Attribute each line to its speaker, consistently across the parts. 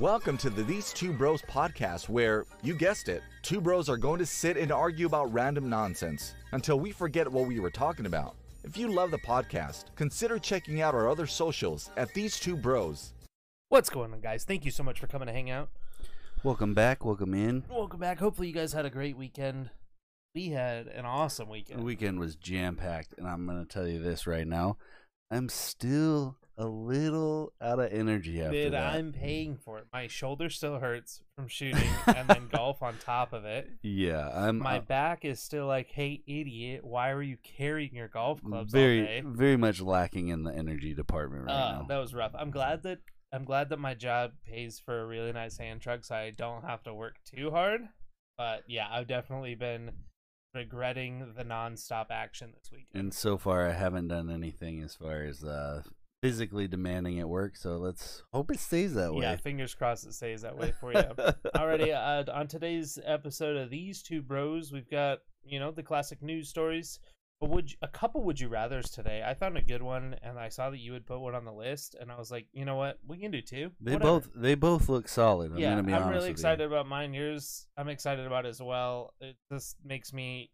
Speaker 1: Welcome to the These Two Bros podcast, where, you guessed it, two bros are going to sit and argue about random nonsense until we forget what we were talking about. If you love the podcast, consider checking out our other socials at These Two Bros.
Speaker 2: What's going on, guys? Thank you so much for coming to hang out.
Speaker 3: Welcome back. Welcome in.
Speaker 2: Welcome back. Hopefully, you guys had a great weekend. We had an awesome
Speaker 3: The
Speaker 2: weekend.
Speaker 3: weekend was jam packed, and I'm going to tell you this right now. I'm still a little out of energy after
Speaker 2: Dude,
Speaker 3: that.
Speaker 2: I'm paying for it. My shoulder still hurts from shooting and then golf on top of it.
Speaker 3: yeah, I'm
Speaker 2: My
Speaker 3: uh,
Speaker 2: back is still like, hey, idiot, why are you carrying your golf clubs all
Speaker 3: very,
Speaker 2: day?
Speaker 3: very much lacking in the energy department right
Speaker 2: uh,
Speaker 3: now.
Speaker 2: That was rough. I'm glad that I'm glad that my job pays for a really nice hand truck, so I don't have to work too hard. But yeah, I've definitely been regretting the nonstop action this weekend.
Speaker 3: And so far, I haven't done anything as far as uh, physically demanding at work. So let's hope it stays that way.
Speaker 2: yeah, fingers crossed it stays that way for you. Alrighty, uh, on today's episode of these two bros, we've got you know the classic news stories. But would you, a couple would you rather's today? I found a good one, and I saw that you had put one on the list, and I was like, you know what, we can do two.
Speaker 3: They
Speaker 2: Whatever.
Speaker 3: both, they both look solid. I'm
Speaker 2: yeah,
Speaker 3: gonna be
Speaker 2: I'm
Speaker 3: honest
Speaker 2: really
Speaker 3: with
Speaker 2: excited
Speaker 3: you.
Speaker 2: about mine. Yours, I'm excited about as well. It just makes me.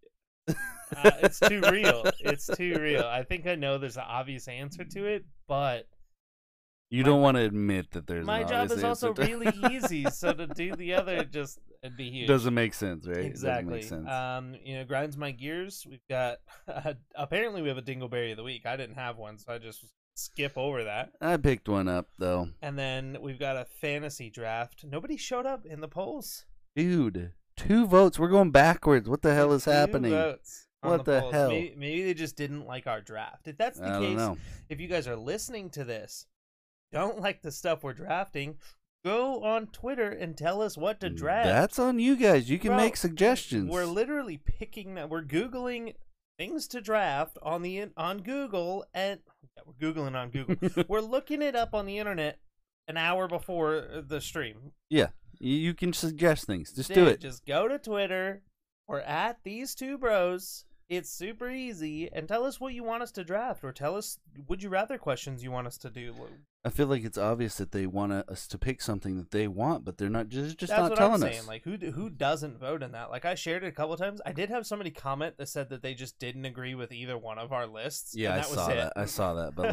Speaker 2: Uh, it's too real. It's too real. I think I know there's an obvious answer to it, but
Speaker 3: You
Speaker 2: My-
Speaker 3: don't want to admit that there's. an
Speaker 2: my job
Speaker 3: obvious
Speaker 2: is also
Speaker 3: answer to-
Speaker 2: really easy. So to do the other just it'd be huge.
Speaker 3: doesn't make sense, right? It doesn't
Speaker 2: exactly.
Speaker 3: make sense.
Speaker 2: Um, you know, grinds my gears. We've got apparently we have a dingleberry of the week. I didn't have one, so I just skip over that.
Speaker 3: I picked one up though,
Speaker 2: And then we've got a fantasy draft. Nobody showed up in the polls.
Speaker 3: dude. Two votes. We're going backwards. What the hell is
Speaker 2: Two
Speaker 3: happening? I
Speaker 2: votes on
Speaker 3: What the
Speaker 2: polls.
Speaker 3: hell?
Speaker 2: Maybe, maybe they just didn't like our draft. If that's the
Speaker 3: don't
Speaker 2: case,
Speaker 3: know.
Speaker 2: if you guys are listening to this, don't like the stuff we're drafting, go on Twitter and tell us what to draft.
Speaker 3: Mm, That's on you guys. You can
Speaker 2: Bro,
Speaker 3: make suggestions.
Speaker 2: We're literally picking that. We're googling things to draft on the in- on Google, and yeah, we're googling on Google. we're looking it up on the internet an hour before uh, the stream.
Speaker 3: yeah, you, you can suggest things. Just do
Speaker 2: Dude,
Speaker 3: it.
Speaker 2: Just go to Twitter or at these two bros. It's super easy, and tell us what you want us to draft, or tell us would you rather questions you want us to do.
Speaker 3: I feel like it's obvious that they want us to pick something that they want, but they're not just just
Speaker 2: That's
Speaker 3: not
Speaker 2: what
Speaker 3: telling
Speaker 2: I'm
Speaker 3: us.
Speaker 2: saying. Like who who doesn't vote in that? Like I shared it a couple times. I did have somebody comment that said that they just didn't agree with either one of our lists.
Speaker 3: yeah,
Speaker 2: and
Speaker 3: I
Speaker 2: that was
Speaker 3: saw
Speaker 2: it.
Speaker 3: that. I saw that. But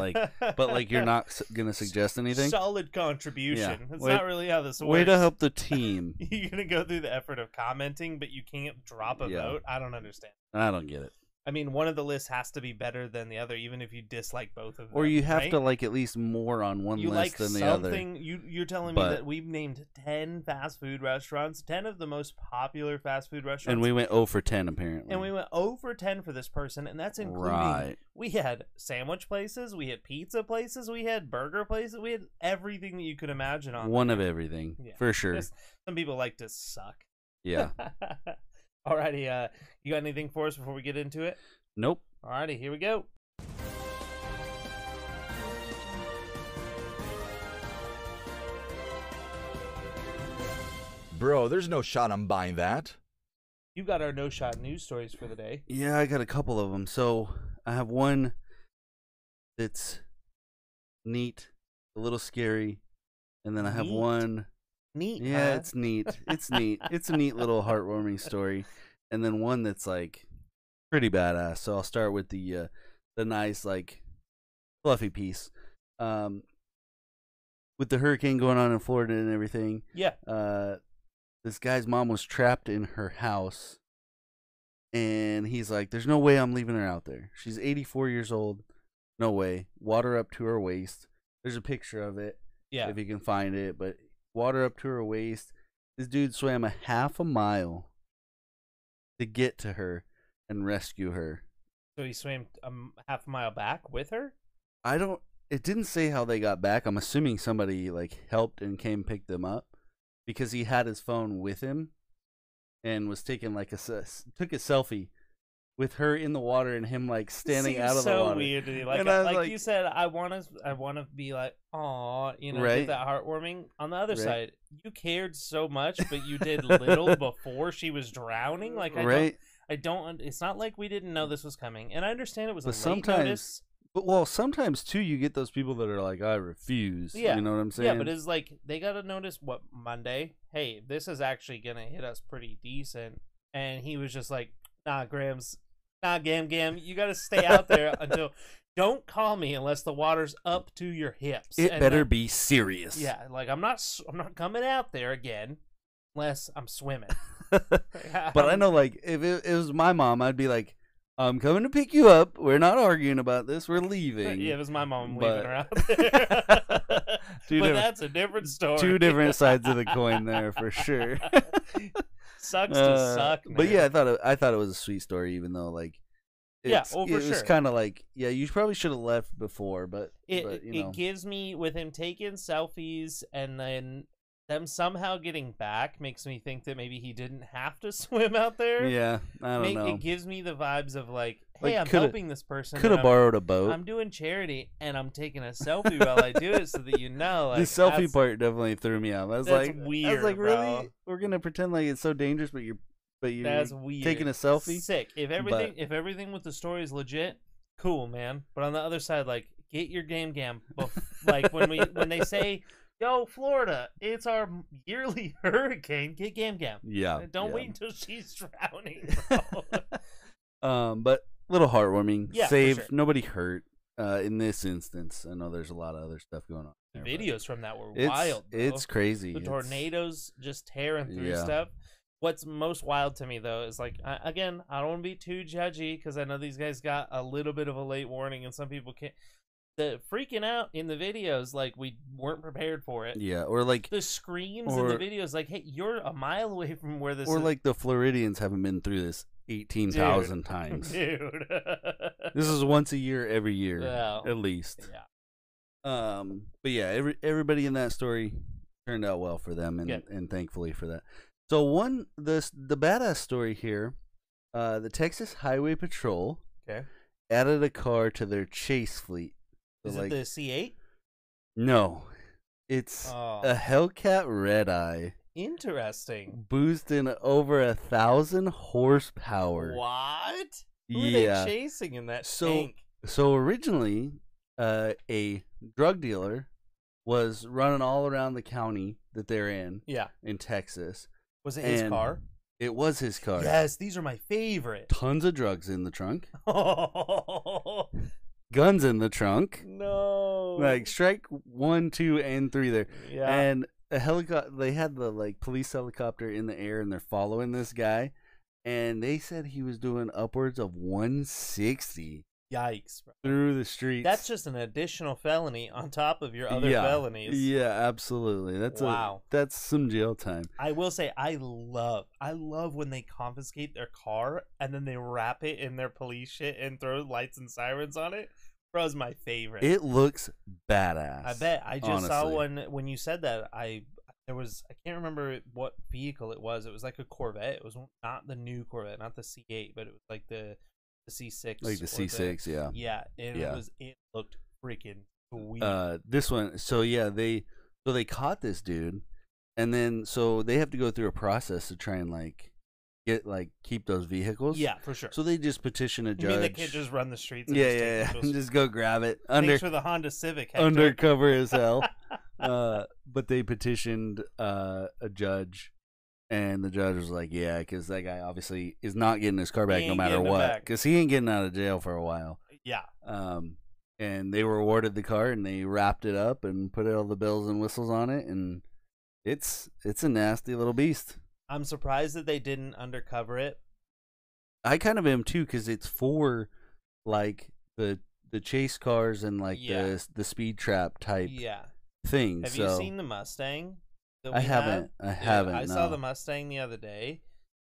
Speaker 3: like, but like, you're not s- gonna suggest anything.
Speaker 2: solid contribution.
Speaker 3: Yeah.
Speaker 2: That's
Speaker 3: Way-
Speaker 2: not really how this works.
Speaker 3: Way to help the team.
Speaker 2: You're gonna go through the effort of commenting, but you can't drop a
Speaker 3: Yeah.
Speaker 2: vote. I don't understand.
Speaker 3: I don't get it.
Speaker 2: I mean, one of the lists has to be better than the other, even if you dislike both of them.
Speaker 3: Or you have
Speaker 2: right?
Speaker 3: to like at least more on one
Speaker 2: you
Speaker 3: list
Speaker 2: like
Speaker 3: than the other.
Speaker 2: something. You you're telling me
Speaker 3: But-
Speaker 2: that we've named ten fast food restaurants, ten of the most popular fast food restaurants,
Speaker 3: And we went 0 for 10 apparently.
Speaker 2: and we went over 10 for this person and that's including
Speaker 3: Right.
Speaker 2: we had sandwich places we had pizza places we had burger places we had everything that you could imagine on
Speaker 3: one of everything
Speaker 2: Yeah,
Speaker 3: for sure.
Speaker 2: Just- some people like to suck
Speaker 3: Yeah.
Speaker 2: alrighty uh you got anything for us before we get into it
Speaker 3: nope.
Speaker 2: alrighty here we go
Speaker 1: Bro, there's no shot I'm buying that.
Speaker 2: you got our no shot news stories for the day
Speaker 3: Yeah, I got a couple of them. So I have one that's neat, a little scary, and then I have
Speaker 2: Neat.
Speaker 3: one.
Speaker 2: neat
Speaker 3: Yeah,
Speaker 2: huh?
Speaker 3: it's neat. It's neat. It's a neat little heartwarming story, and then one that's like pretty badass. So I'll start with the uh, the nice like fluffy piece. Um, with the hurricane going on in Florida and everything,
Speaker 2: yeah
Speaker 3: uh, this guy's mom was trapped in her house, and he's like, "There's no way I'm leaving her out there. She's 84 years old. No way. Water up to her waist. There's a picture of it
Speaker 2: yeah
Speaker 3: if you can find it, but water up to her waist. This dude swam a half a mile to get to her and rescue her.
Speaker 2: so he swam um, half a mile back with her
Speaker 3: I don't. It didn't say how they got back. I'm assuming somebody like helped and came pick them up because he had his phone with him and was taking like a s- took a selfie with her in the water and him like standing
Speaker 2: Seems
Speaker 3: out of
Speaker 2: so
Speaker 3: the water.
Speaker 2: weird to me. Like, uh,
Speaker 3: And I was
Speaker 2: like,
Speaker 3: like-
Speaker 2: you said, I want to, I want to be like, oh, you know, get
Speaker 3: Right.
Speaker 2: that heartwarming. On the other
Speaker 3: Right.
Speaker 2: side, you cared so much, but you did little before she was drowning. Like, I
Speaker 3: right?
Speaker 2: don't, I don't. un- It's not like we didn't know this was coming, and I understand it was a
Speaker 3: But
Speaker 2: late
Speaker 3: sometimes-
Speaker 2: notice.
Speaker 3: But well, sometimes too, you get those people that are like, "I refuse."
Speaker 2: Yeah.
Speaker 3: you know what I'm saying?
Speaker 2: Yeah, but it's like they gotta notice what Monday. Hey, this is actually gonna hit us pretty decent. And he was just like, Nah, Grams, nah, Gam Gam, you gotta stay out there until. Don't call me unless the water's up to your hips.
Speaker 3: it
Speaker 2: And
Speaker 3: better
Speaker 2: then-
Speaker 3: be serious.
Speaker 2: Yeah, like I'm not, s- I'm not coming out there again unless I'm swimming.
Speaker 3: but I know, like, if it, it was my mom, I'd be like, "I'm coming to pick you up. We're not arguing about this. We're leaving."
Speaker 2: Yeah, it was my mom
Speaker 3: But-
Speaker 2: leaving her out there.
Speaker 3: Two
Speaker 2: but
Speaker 3: different-
Speaker 2: that's a different story.
Speaker 3: Two different sides of the coin there for sure.
Speaker 2: Sucks to
Speaker 3: Uh,
Speaker 2: suck. Man.
Speaker 3: But yeah, I thought it, I thought it was a sweet story, even though like,
Speaker 2: Yeah,
Speaker 3: it's-
Speaker 2: oh,
Speaker 3: it
Speaker 2: for
Speaker 3: was
Speaker 2: sure.
Speaker 3: kind of like, yeah, you probably should have left before, but
Speaker 2: it
Speaker 3: but, you
Speaker 2: it
Speaker 3: know.
Speaker 2: gives me with him taking selfies and then them somehow getting back makes me think that maybe he didn't have to swim out there.
Speaker 3: yeah, I don't
Speaker 2: Make-
Speaker 3: know.
Speaker 2: It gives me the vibes of like,
Speaker 3: Like,
Speaker 2: hey, I'm
Speaker 3: coulda-
Speaker 2: helping this person.
Speaker 3: Could have
Speaker 2: and I'm-
Speaker 3: borrowed a boat.
Speaker 2: I'm doing charity and I'm taking a selfie while I do it so that you know. Like,
Speaker 3: the selfie
Speaker 2: that's-
Speaker 3: part definitely threw me off. I was
Speaker 2: that's
Speaker 3: like, I was
Speaker 2: weird,
Speaker 3: like, really?
Speaker 2: bro.
Speaker 3: We're gonna pretend like it's so dangerous, but you're, but you're
Speaker 2: That's weird.
Speaker 3: taking a selfie.
Speaker 2: Sick. If everything, if everything with the story is legit, cool, man. But on the other side, like, get your game gam. bef- like when we when they say, "Yo, Florida, it's our yearly hurricane," get gam gam.
Speaker 3: Yeah.
Speaker 2: uh, Don't
Speaker 3: yeah.
Speaker 2: wait until she's drowning. Bro.
Speaker 3: Um, but little heartwarming.
Speaker 2: Yeah, for
Speaker 3: Save
Speaker 2: sure.
Speaker 3: nobody hurt. Uh, in this instance, I know there's a lot of other stuff going on.
Speaker 2: The
Speaker 3: there, but
Speaker 2: Videos from that were
Speaker 3: It's
Speaker 2: wild. bro.
Speaker 3: it's crazy.
Speaker 2: the
Speaker 3: It's-
Speaker 2: tornadoes just tearing through
Speaker 3: Yeah.
Speaker 2: stuff. What's most wild to me though is like I, again, I don't want to be too judgy because I know these guys got a little bit of a late warning, and some people can't. The freaking out in the videos, like we weren't prepared for it.
Speaker 3: Yeah, or like
Speaker 2: The screams
Speaker 3: Or-
Speaker 2: in the videos, like, hey, you're a mile away from where this
Speaker 3: or
Speaker 2: is,
Speaker 3: like the Floridians haven't been through this eighteen thousand times.
Speaker 2: dude.
Speaker 3: This is once a year, every year,
Speaker 2: Yeah.
Speaker 3: at least.
Speaker 2: yeah,
Speaker 3: Um, but yeah, every, everybody in that story turned out well for them, and
Speaker 2: Yeah.
Speaker 3: and thankfully for that. So one this the badass story here, uh, the Texas Highway Patrol
Speaker 2: Okay.
Speaker 3: added a car to their chase fleet. So
Speaker 2: is
Speaker 3: like
Speaker 2: it the C eight?
Speaker 3: no, it's
Speaker 2: Oh,
Speaker 3: a Hellcat Red Eye
Speaker 2: interesting.
Speaker 3: boosting over a thousand horsepower.
Speaker 2: What? Who
Speaker 3: yeah.
Speaker 2: are they chasing in that
Speaker 3: So-
Speaker 2: tank?
Speaker 3: So originally, uh, a drug dealer was running all around the county that they're in
Speaker 2: Yeah,
Speaker 3: in Texas.
Speaker 2: was it his
Speaker 3: And-
Speaker 2: car?
Speaker 3: It was his car.
Speaker 2: Yes, these are my favorite.
Speaker 3: Tons of drugs in the trunk,
Speaker 2: Oh
Speaker 3: guns in the trunk,
Speaker 2: no!
Speaker 3: like strike one, two, and three there.
Speaker 2: Oh. yeah,
Speaker 3: And a helicopter. They had the like police helicopter in the air, and they're following this guy. And they said he was doing upwards of 160
Speaker 2: yikes! Bro.
Speaker 3: through the streets.
Speaker 2: That's just an additional felony on top of your other
Speaker 3: Yeah.
Speaker 2: felonies.
Speaker 3: Yeah, absolutely. That's
Speaker 2: Wow.
Speaker 3: A, that's some jail time.
Speaker 2: I will say, I love, I love when they confiscate their car and then they wrap it in their police shit and throw lights and sirens on it. Bro's my favorite.
Speaker 3: It looks badass.
Speaker 2: I bet. I just saw
Speaker 3: honestly.
Speaker 2: one when you said that. I there was I can't remember what vehicle it was. It was like a Corvette. It was not the new Corvette, not the C8, but it was like the the C6,
Speaker 3: Like the
Speaker 2: or
Speaker 3: C6, yeah.
Speaker 2: Yeah, and
Speaker 3: Yeah.
Speaker 2: it was it looked freaking sweet.
Speaker 3: Uh, this one. So yeah, they so they caught this dude, and then so they have to go through a process to try and like get like keep those vehicles.
Speaker 2: yeah, for sure.
Speaker 3: So they just petition a
Speaker 2: you
Speaker 3: judge.
Speaker 2: mean they can't just run the streets? And
Speaker 3: yeah,
Speaker 2: just
Speaker 3: yeah, yeah.
Speaker 2: take
Speaker 3: and
Speaker 2: Just
Speaker 3: just go grab it under
Speaker 2: Thanks for the Honda Civic. Hector.
Speaker 3: undercover as hell. uh, but they petitioned uh, a judge, and the judge was like, "Yeah, because that guy obviously is not getting his car back no
Speaker 2: ain't
Speaker 3: matter
Speaker 2: getting it
Speaker 3: what,
Speaker 2: back.
Speaker 3: because he ain't getting out of jail for a while."
Speaker 2: yeah,
Speaker 3: Um, and they were awarded the car, and they wrapped it up and put all the bells and whistles on it, and it's it's a nasty little beast.
Speaker 2: I'm surprised that they didn't undercover it.
Speaker 3: I kind of am too, because it's for like the the chase cars and like
Speaker 2: Yeah.
Speaker 3: the the speed trap type
Speaker 2: Yeah.
Speaker 3: thing.
Speaker 2: Have
Speaker 3: so
Speaker 2: you seen the Mustang? that
Speaker 3: I
Speaker 2: we have?
Speaker 3: haven't. I
Speaker 2: Dude,
Speaker 3: haven't.
Speaker 2: I saw
Speaker 3: no.
Speaker 2: the Mustang the other day.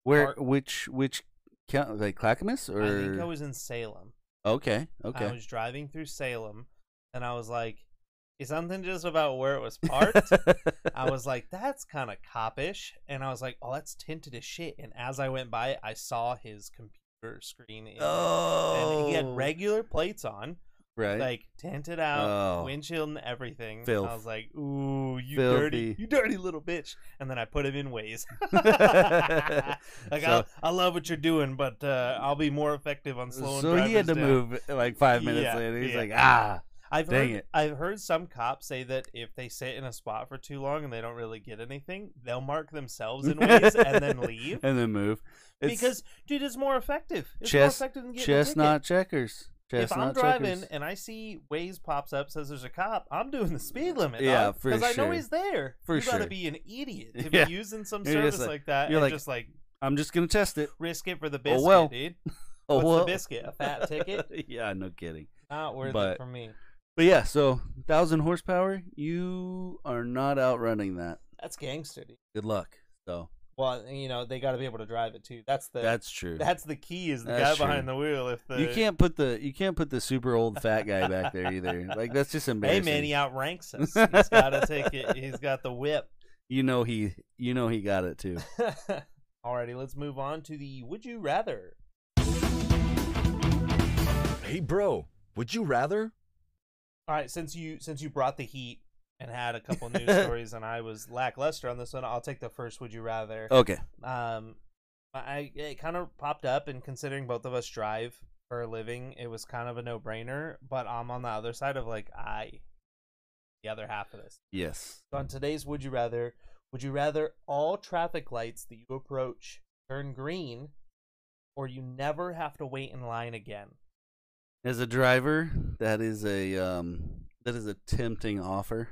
Speaker 3: Where
Speaker 2: Or-
Speaker 3: which which count like Clackamas or
Speaker 2: I think I was in Salem.
Speaker 3: okay
Speaker 2: I
Speaker 3: okay
Speaker 2: was driving through Salem, and I was like, "Is something just about where it was parked?" I was like, "That's kind of copish," and I was like, "Oh, that's tinted as shit." And as I went by, I saw his computer screen, in-
Speaker 3: oh
Speaker 2: and he had regular plates on.
Speaker 3: Right.
Speaker 2: like tinted out,
Speaker 3: Oh.
Speaker 2: windshield and everything.
Speaker 3: Filth.
Speaker 2: I was like, "Ooh, you dirty,
Speaker 3: Filthy.
Speaker 2: you dirty little bitch!" And then I put him in ways. like
Speaker 3: So-
Speaker 2: I, I love what you're doing, but uh, I'll be more effective on slowing.
Speaker 3: so he had to
Speaker 2: drivers down.
Speaker 3: move like five minutes
Speaker 2: Yeah,
Speaker 3: later. He's
Speaker 2: yeah.
Speaker 3: like, ah,
Speaker 2: I've
Speaker 3: Dang
Speaker 2: heard,
Speaker 3: it.
Speaker 2: I've heard some cops say that if they sit in a spot for too long and they don't really get anything, they'll mark themselves in ways and then leave.
Speaker 3: and then move. It's
Speaker 2: because dude, it's more effective. It's
Speaker 3: Chess-
Speaker 2: more effective than getting a ticket.
Speaker 3: chestnut checkers.
Speaker 2: if
Speaker 3: Chestnut
Speaker 2: I'm driving
Speaker 3: checkers.
Speaker 2: and I see Waze pops up says there's a cop, I'm doing the speed limit.
Speaker 3: Yeah, for
Speaker 2: because I know
Speaker 3: sure.
Speaker 2: he's there.
Speaker 3: For
Speaker 2: you
Speaker 3: sure.
Speaker 2: gotta be an idiot to
Speaker 3: Yeah.
Speaker 2: be using some
Speaker 3: You're
Speaker 2: service
Speaker 3: just like-
Speaker 2: like, that.
Speaker 3: you're
Speaker 2: and
Speaker 3: like,
Speaker 2: just like
Speaker 3: I'm just gonna test it.
Speaker 2: risk it for the
Speaker 3: oh,
Speaker 2: biscuit,
Speaker 3: well.
Speaker 2: dude.
Speaker 3: Oh,
Speaker 2: What's
Speaker 3: well.
Speaker 2: the biscuit? A fat ticket?
Speaker 3: yeah, no kidding.
Speaker 2: Not worth
Speaker 3: But-
Speaker 2: it for me.
Speaker 3: But yeah, so thousand horsepower, you are not outrunning that.
Speaker 2: That's gangster, dude.
Speaker 3: Good luck. So
Speaker 2: Well, you know they got to be able to drive it too. That's the
Speaker 3: that's true.
Speaker 2: that's the key is the
Speaker 3: That's
Speaker 2: guy
Speaker 3: true.
Speaker 2: behind the wheel. If the
Speaker 3: you can't put the you can't put the super old fat guy back there either. Like that's just
Speaker 2: hey
Speaker 3: embarrassing.
Speaker 2: man, he outranks us. He's got to take it. He's got the whip.
Speaker 3: You know he you know he got it too.
Speaker 2: Alrighty, let's move on to the would you rather.
Speaker 1: Hey, bro, would you rather?
Speaker 2: All right, since you since you brought the heat and had a couple news stories, and I was lackluster on this one, I'll take the first. Would you rather?
Speaker 3: Okay.
Speaker 2: Um, I it kind of popped up, and considering both of us drive for a living, it was kind of a no brainer. But I'm on the other side of like I, the other half of this.
Speaker 3: Yes.
Speaker 2: So on today's Would You Rather, would you rather all traffic lights that you approach turn green, or you never have to wait in line again?
Speaker 3: As a driver, that is a um that is a tempting offer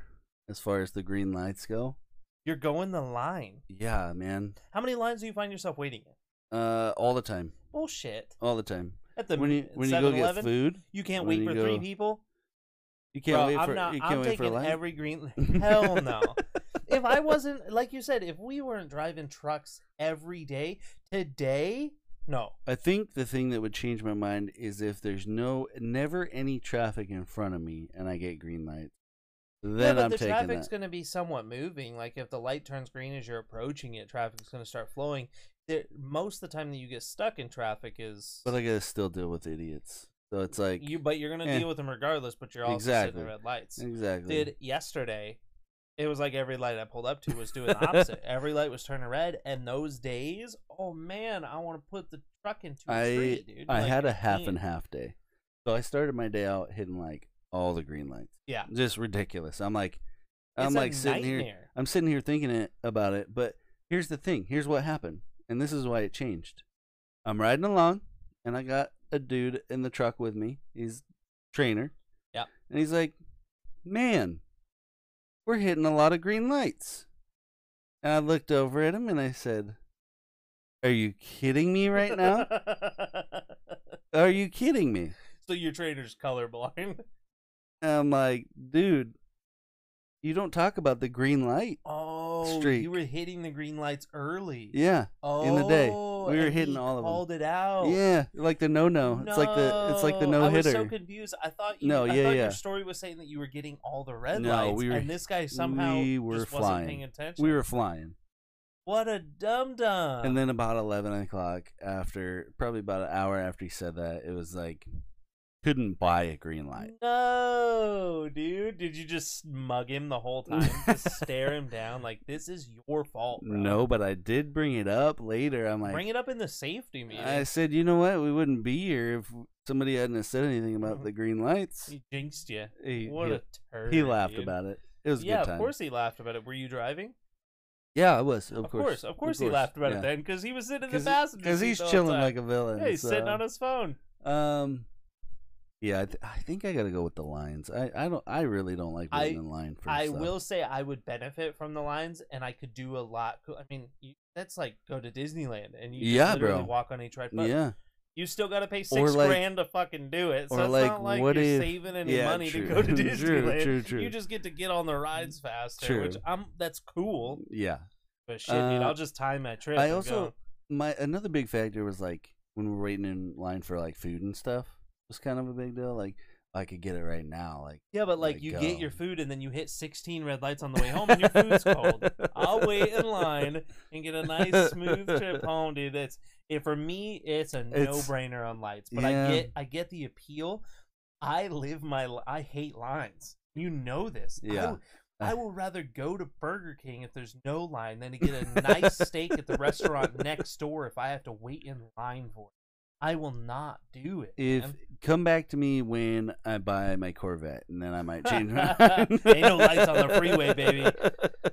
Speaker 3: as far as the green lights go.
Speaker 2: You're going the line.
Speaker 3: Yeah, man.
Speaker 2: How many lines do you find yourself waiting in?
Speaker 3: Uh all the time.
Speaker 2: Bullshit.
Speaker 3: All the time.
Speaker 2: At the
Speaker 3: when you when you go get
Speaker 2: 7-Eleven,
Speaker 3: food,
Speaker 2: you can't
Speaker 3: when
Speaker 2: wait
Speaker 3: you
Speaker 2: for three
Speaker 3: go-
Speaker 2: people.
Speaker 3: you can't
Speaker 2: Bro,
Speaker 3: wait
Speaker 2: I'm
Speaker 3: for
Speaker 2: not,
Speaker 3: you can't
Speaker 2: I'm
Speaker 3: wait for a
Speaker 2: taking
Speaker 3: line.
Speaker 2: every green. Hell no. if I wasn't like you said, if we weren't driving trucks every day today, no.
Speaker 3: I think the thing that would change my mind is if there's no never any traffic in front of me and I get green lights. Then
Speaker 2: yeah, but
Speaker 3: I'm
Speaker 2: the
Speaker 3: taking
Speaker 2: traffic's
Speaker 3: that.
Speaker 2: going to be somewhat moving. Like if the light turns green as you're approaching it, traffic's going to start flowing. There, most of the time that you get stuck in traffic is
Speaker 3: But I gotta still deal with idiots. So it's like
Speaker 2: you. But you're going to
Speaker 3: eh.
Speaker 2: deal with them regardless. But you're also
Speaker 3: Exactly.
Speaker 2: sitting in red lights.
Speaker 3: exactly.
Speaker 2: Dude, yesterday, it was like every light I pulled up to was doing the opposite. every light was turning red, and those days, oh man, I want to put the truck into a
Speaker 3: I
Speaker 2: tree, dude.
Speaker 3: I
Speaker 2: Like,
Speaker 3: had
Speaker 2: I
Speaker 3: a half
Speaker 2: can't.
Speaker 3: and half day, so I started my day out hitting like all the green lights.
Speaker 2: Yeah,
Speaker 3: Just ridiculous. I'm like, I'm
Speaker 2: It's a
Speaker 3: like sitting here.
Speaker 2: nightmare.
Speaker 3: I'm sitting here thinking it, about it. But here's the thing. Here's what happened, and this is why it changed. I'm riding along, and I got a dude in the truck with me. He's trainer.
Speaker 2: Yep.
Speaker 3: And he's like, man, we're hitting a lot of green lights. And I looked over at him and I said, Are you kidding me right now? Are you kidding me?
Speaker 2: so your trader's colorblind.
Speaker 3: And I'm like, dude, you don't talk about the green light.
Speaker 2: Oh,
Speaker 3: Streak.
Speaker 2: you were hitting the green lights ely.
Speaker 3: Yeah.
Speaker 2: Oh,
Speaker 3: in the day. We were
Speaker 2: and
Speaker 3: hitting
Speaker 2: he
Speaker 3: all of 'em.
Speaker 2: Called it out.
Speaker 3: Yeah. Like the no no. It's like the it's like the no
Speaker 2: Oh. I was
Speaker 3: hitter.
Speaker 2: so confused. I thought you,
Speaker 3: No,
Speaker 2: I
Speaker 3: yeah,
Speaker 2: thought
Speaker 3: yeah.
Speaker 2: Your story was saying that you were getting all the red
Speaker 3: No,
Speaker 2: lights,
Speaker 3: we were-
Speaker 2: and this guy somehow
Speaker 3: we were
Speaker 2: just
Speaker 3: flying.
Speaker 2: wasn't paying attention.
Speaker 3: we were flying.
Speaker 2: what a dum dum.
Speaker 3: and then about eleven o'clock after probably about an hour after he said that, it was like couldn't buy a green light.
Speaker 2: no, dude, did you just mug him the whole time? just stare him down like this is your fault. Bro.
Speaker 3: No, but I did bring it up later. I'm like
Speaker 2: bring it up in the safety meeting.
Speaker 3: I said, you know what, we wouldn't be here if somebody hadn't have said anything about
Speaker 2: Mhm.
Speaker 3: the green lights.
Speaker 2: he jinxed you.
Speaker 3: He,
Speaker 2: What
Speaker 3: he-
Speaker 2: a turd.
Speaker 3: he laughed
Speaker 2: dude.
Speaker 3: about it. It was a
Speaker 2: yeah,
Speaker 3: good time.
Speaker 2: of course he laughed about it. Were you driving?
Speaker 3: Yeah, I was. Of,
Speaker 2: Of, course, of course, he laughed about it then because he was sitting in the passenger
Speaker 3: Because
Speaker 2: seat
Speaker 3: he's
Speaker 2: the whole
Speaker 3: chilling
Speaker 2: time.
Speaker 3: like a uh, villain.
Speaker 2: Yeah, he's sitting
Speaker 3: so-
Speaker 2: on his phone.
Speaker 3: Um, yeah, I, th- I think I gotta go with the lines. I, I don't. I really don't like
Speaker 2: I-
Speaker 3: waiting in line for.
Speaker 2: I
Speaker 3: stuff.
Speaker 2: will say I would benefit from the lines, and I could do a lot. co- I mean, you, that's like go to Disneyland and you just
Speaker 3: Yeah,
Speaker 2: literally
Speaker 3: bro.
Speaker 2: walk on each ride. But
Speaker 3: Yeah,
Speaker 2: you still got to pay
Speaker 3: Or
Speaker 2: six
Speaker 3: like-
Speaker 2: grand to fucking do it. So
Speaker 3: or
Speaker 2: it's
Speaker 3: like,
Speaker 2: not like
Speaker 3: what
Speaker 2: you're
Speaker 3: if-
Speaker 2: saving any
Speaker 3: yeah,
Speaker 2: money
Speaker 3: true.
Speaker 2: to go to
Speaker 3: True,
Speaker 2: Disneyland.
Speaker 3: true, true.
Speaker 2: You just get to get on the rides faster, which
Speaker 3: True.
Speaker 2: I'm that's cool.
Speaker 3: yeah.
Speaker 2: But shit, dude,
Speaker 3: Uh,
Speaker 2: I'll just time my trip.
Speaker 3: I
Speaker 2: and
Speaker 3: also
Speaker 2: go.
Speaker 3: my another big factor was like when we're waiting in line for like food and stuff was kind of a big deal. Like I could get it right now. Like
Speaker 2: Yeah, but like
Speaker 3: Like,
Speaker 2: you
Speaker 3: go.
Speaker 2: get your food and then you hit 16 red lights on the way home and your food's cold. I'll wait in line and get a nice smooth trip home, dude. It's it for me, it's a
Speaker 3: It's-
Speaker 2: no-brainer on lights, but
Speaker 3: yeah.
Speaker 2: I get I get the appeal. I live my li- I hate lines. You know this. I
Speaker 3: Yeah. Ah.
Speaker 2: w- I, will rather go to Burger King if there's no line than to get a nice steak at the restaurant next door if I have to wait in line for it. I will not do it.
Speaker 3: If
Speaker 2: man.
Speaker 3: come back to me when I buy my Corvette, and then I might change. my mind.
Speaker 2: Ain't no lights on the freeway, baby.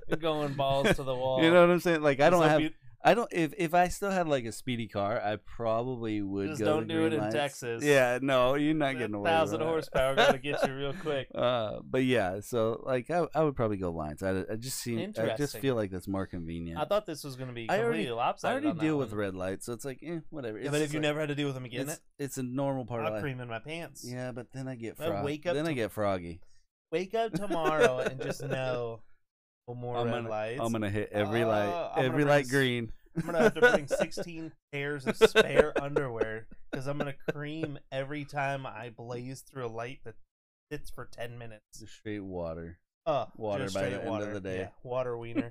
Speaker 2: You're going balls to the wall.
Speaker 3: You know what I'm saying? Like I
Speaker 2: It's
Speaker 3: don't
Speaker 2: so
Speaker 3: have.
Speaker 2: beaut-
Speaker 3: I don't. If if I still had like a speedy car, I probably would.
Speaker 2: Just
Speaker 3: go to
Speaker 2: don't do it
Speaker 3: green
Speaker 2: in
Speaker 3: lights.
Speaker 2: Texas.
Speaker 3: Yeah, no, you're not
Speaker 2: that
Speaker 3: getting away. with
Speaker 2: thousand
Speaker 3: that.
Speaker 2: horsepower gotta get you real quick.
Speaker 3: Uh, but yeah, so like I, I would probably go lines. I, I just seem I just
Speaker 2: Interesting.
Speaker 3: feel like that's more convenient.
Speaker 2: I thought this was gonna be
Speaker 3: I already-
Speaker 2: completely lopsided.
Speaker 3: I already
Speaker 2: on that
Speaker 3: deal with
Speaker 2: one.
Speaker 3: red lights, so it's like eh, whatever.
Speaker 2: Yeah,
Speaker 3: It's
Speaker 2: but if
Speaker 3: just
Speaker 2: you
Speaker 3: like-
Speaker 2: never had to deal with them again,
Speaker 3: it's, it's a normal part
Speaker 2: I'll
Speaker 3: of life.
Speaker 2: cream in my pants.
Speaker 3: Yeah, but then I get
Speaker 2: I
Speaker 3: frog-
Speaker 2: wake up
Speaker 3: then I
Speaker 2: to-
Speaker 3: get froggy.
Speaker 2: Wake up tomorrow and just know well, more
Speaker 3: I'm
Speaker 2: red
Speaker 3: gonna,
Speaker 2: lights.
Speaker 3: I'm gonna hit every light,
Speaker 2: Uh, I'm gonna
Speaker 3: every
Speaker 2: bring
Speaker 3: light
Speaker 2: s-
Speaker 3: green.
Speaker 2: I'm gonna have to bring 16 pairs of spare underwear because I'm gonna cream every time I blaze through a light that sits for 10 minutes.
Speaker 3: straight water.
Speaker 2: Uh,
Speaker 3: Water
Speaker 2: just
Speaker 3: by the
Speaker 2: straight
Speaker 3: end of
Speaker 2: water.
Speaker 3: the day.
Speaker 2: Yeah, water wiener.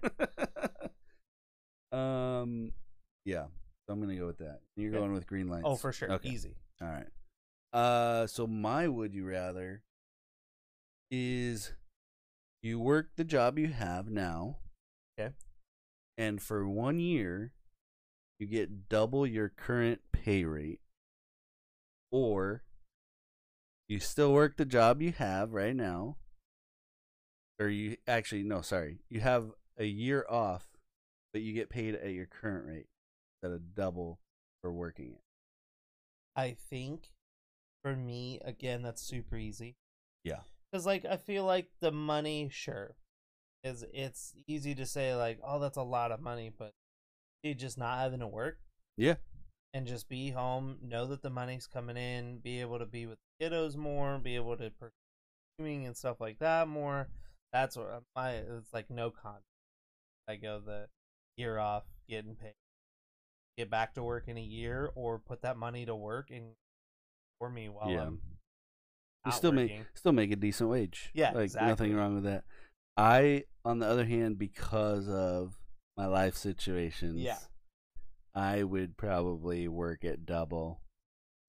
Speaker 3: um, yeah, so I'm gonna go with that. You're
Speaker 2: Okay.
Speaker 3: going with green lights.
Speaker 2: oh, for sure,
Speaker 3: Okay.
Speaker 2: easy.
Speaker 3: All right. Uh, so my would you rather is you work the job you have now.
Speaker 2: Okay.
Speaker 3: And for one year, you get double your current pay rate. Or you still work the job you have right now. Or you actually, no, sorry. You have a year off, but you get paid at your current rate instead of double for working it.
Speaker 2: I think for me, again, that's super easy.
Speaker 3: Yeah.
Speaker 2: Because, like, I feel like the money, sure, is it's easy to say, like, oh, that's a lot of money, but dude, just not having to work
Speaker 3: Yeah.
Speaker 2: and just be home, know that the money's coming in, be able to be with the kiddos more, be able to pursuing and stuff like that more. That's what my it's like no con. I go the year off, getting paid, get back to work in a year, or put that money to work and for me while
Speaker 3: Yeah.
Speaker 2: I'm
Speaker 3: you
Speaker 2: out
Speaker 3: still
Speaker 2: working.
Speaker 3: make still make a decent wage.
Speaker 2: Yeah,
Speaker 3: like
Speaker 2: exactly.
Speaker 3: nothing wrong with that. I, on the other hand, because of my life situations,
Speaker 2: Yeah.
Speaker 3: I would probably work at double,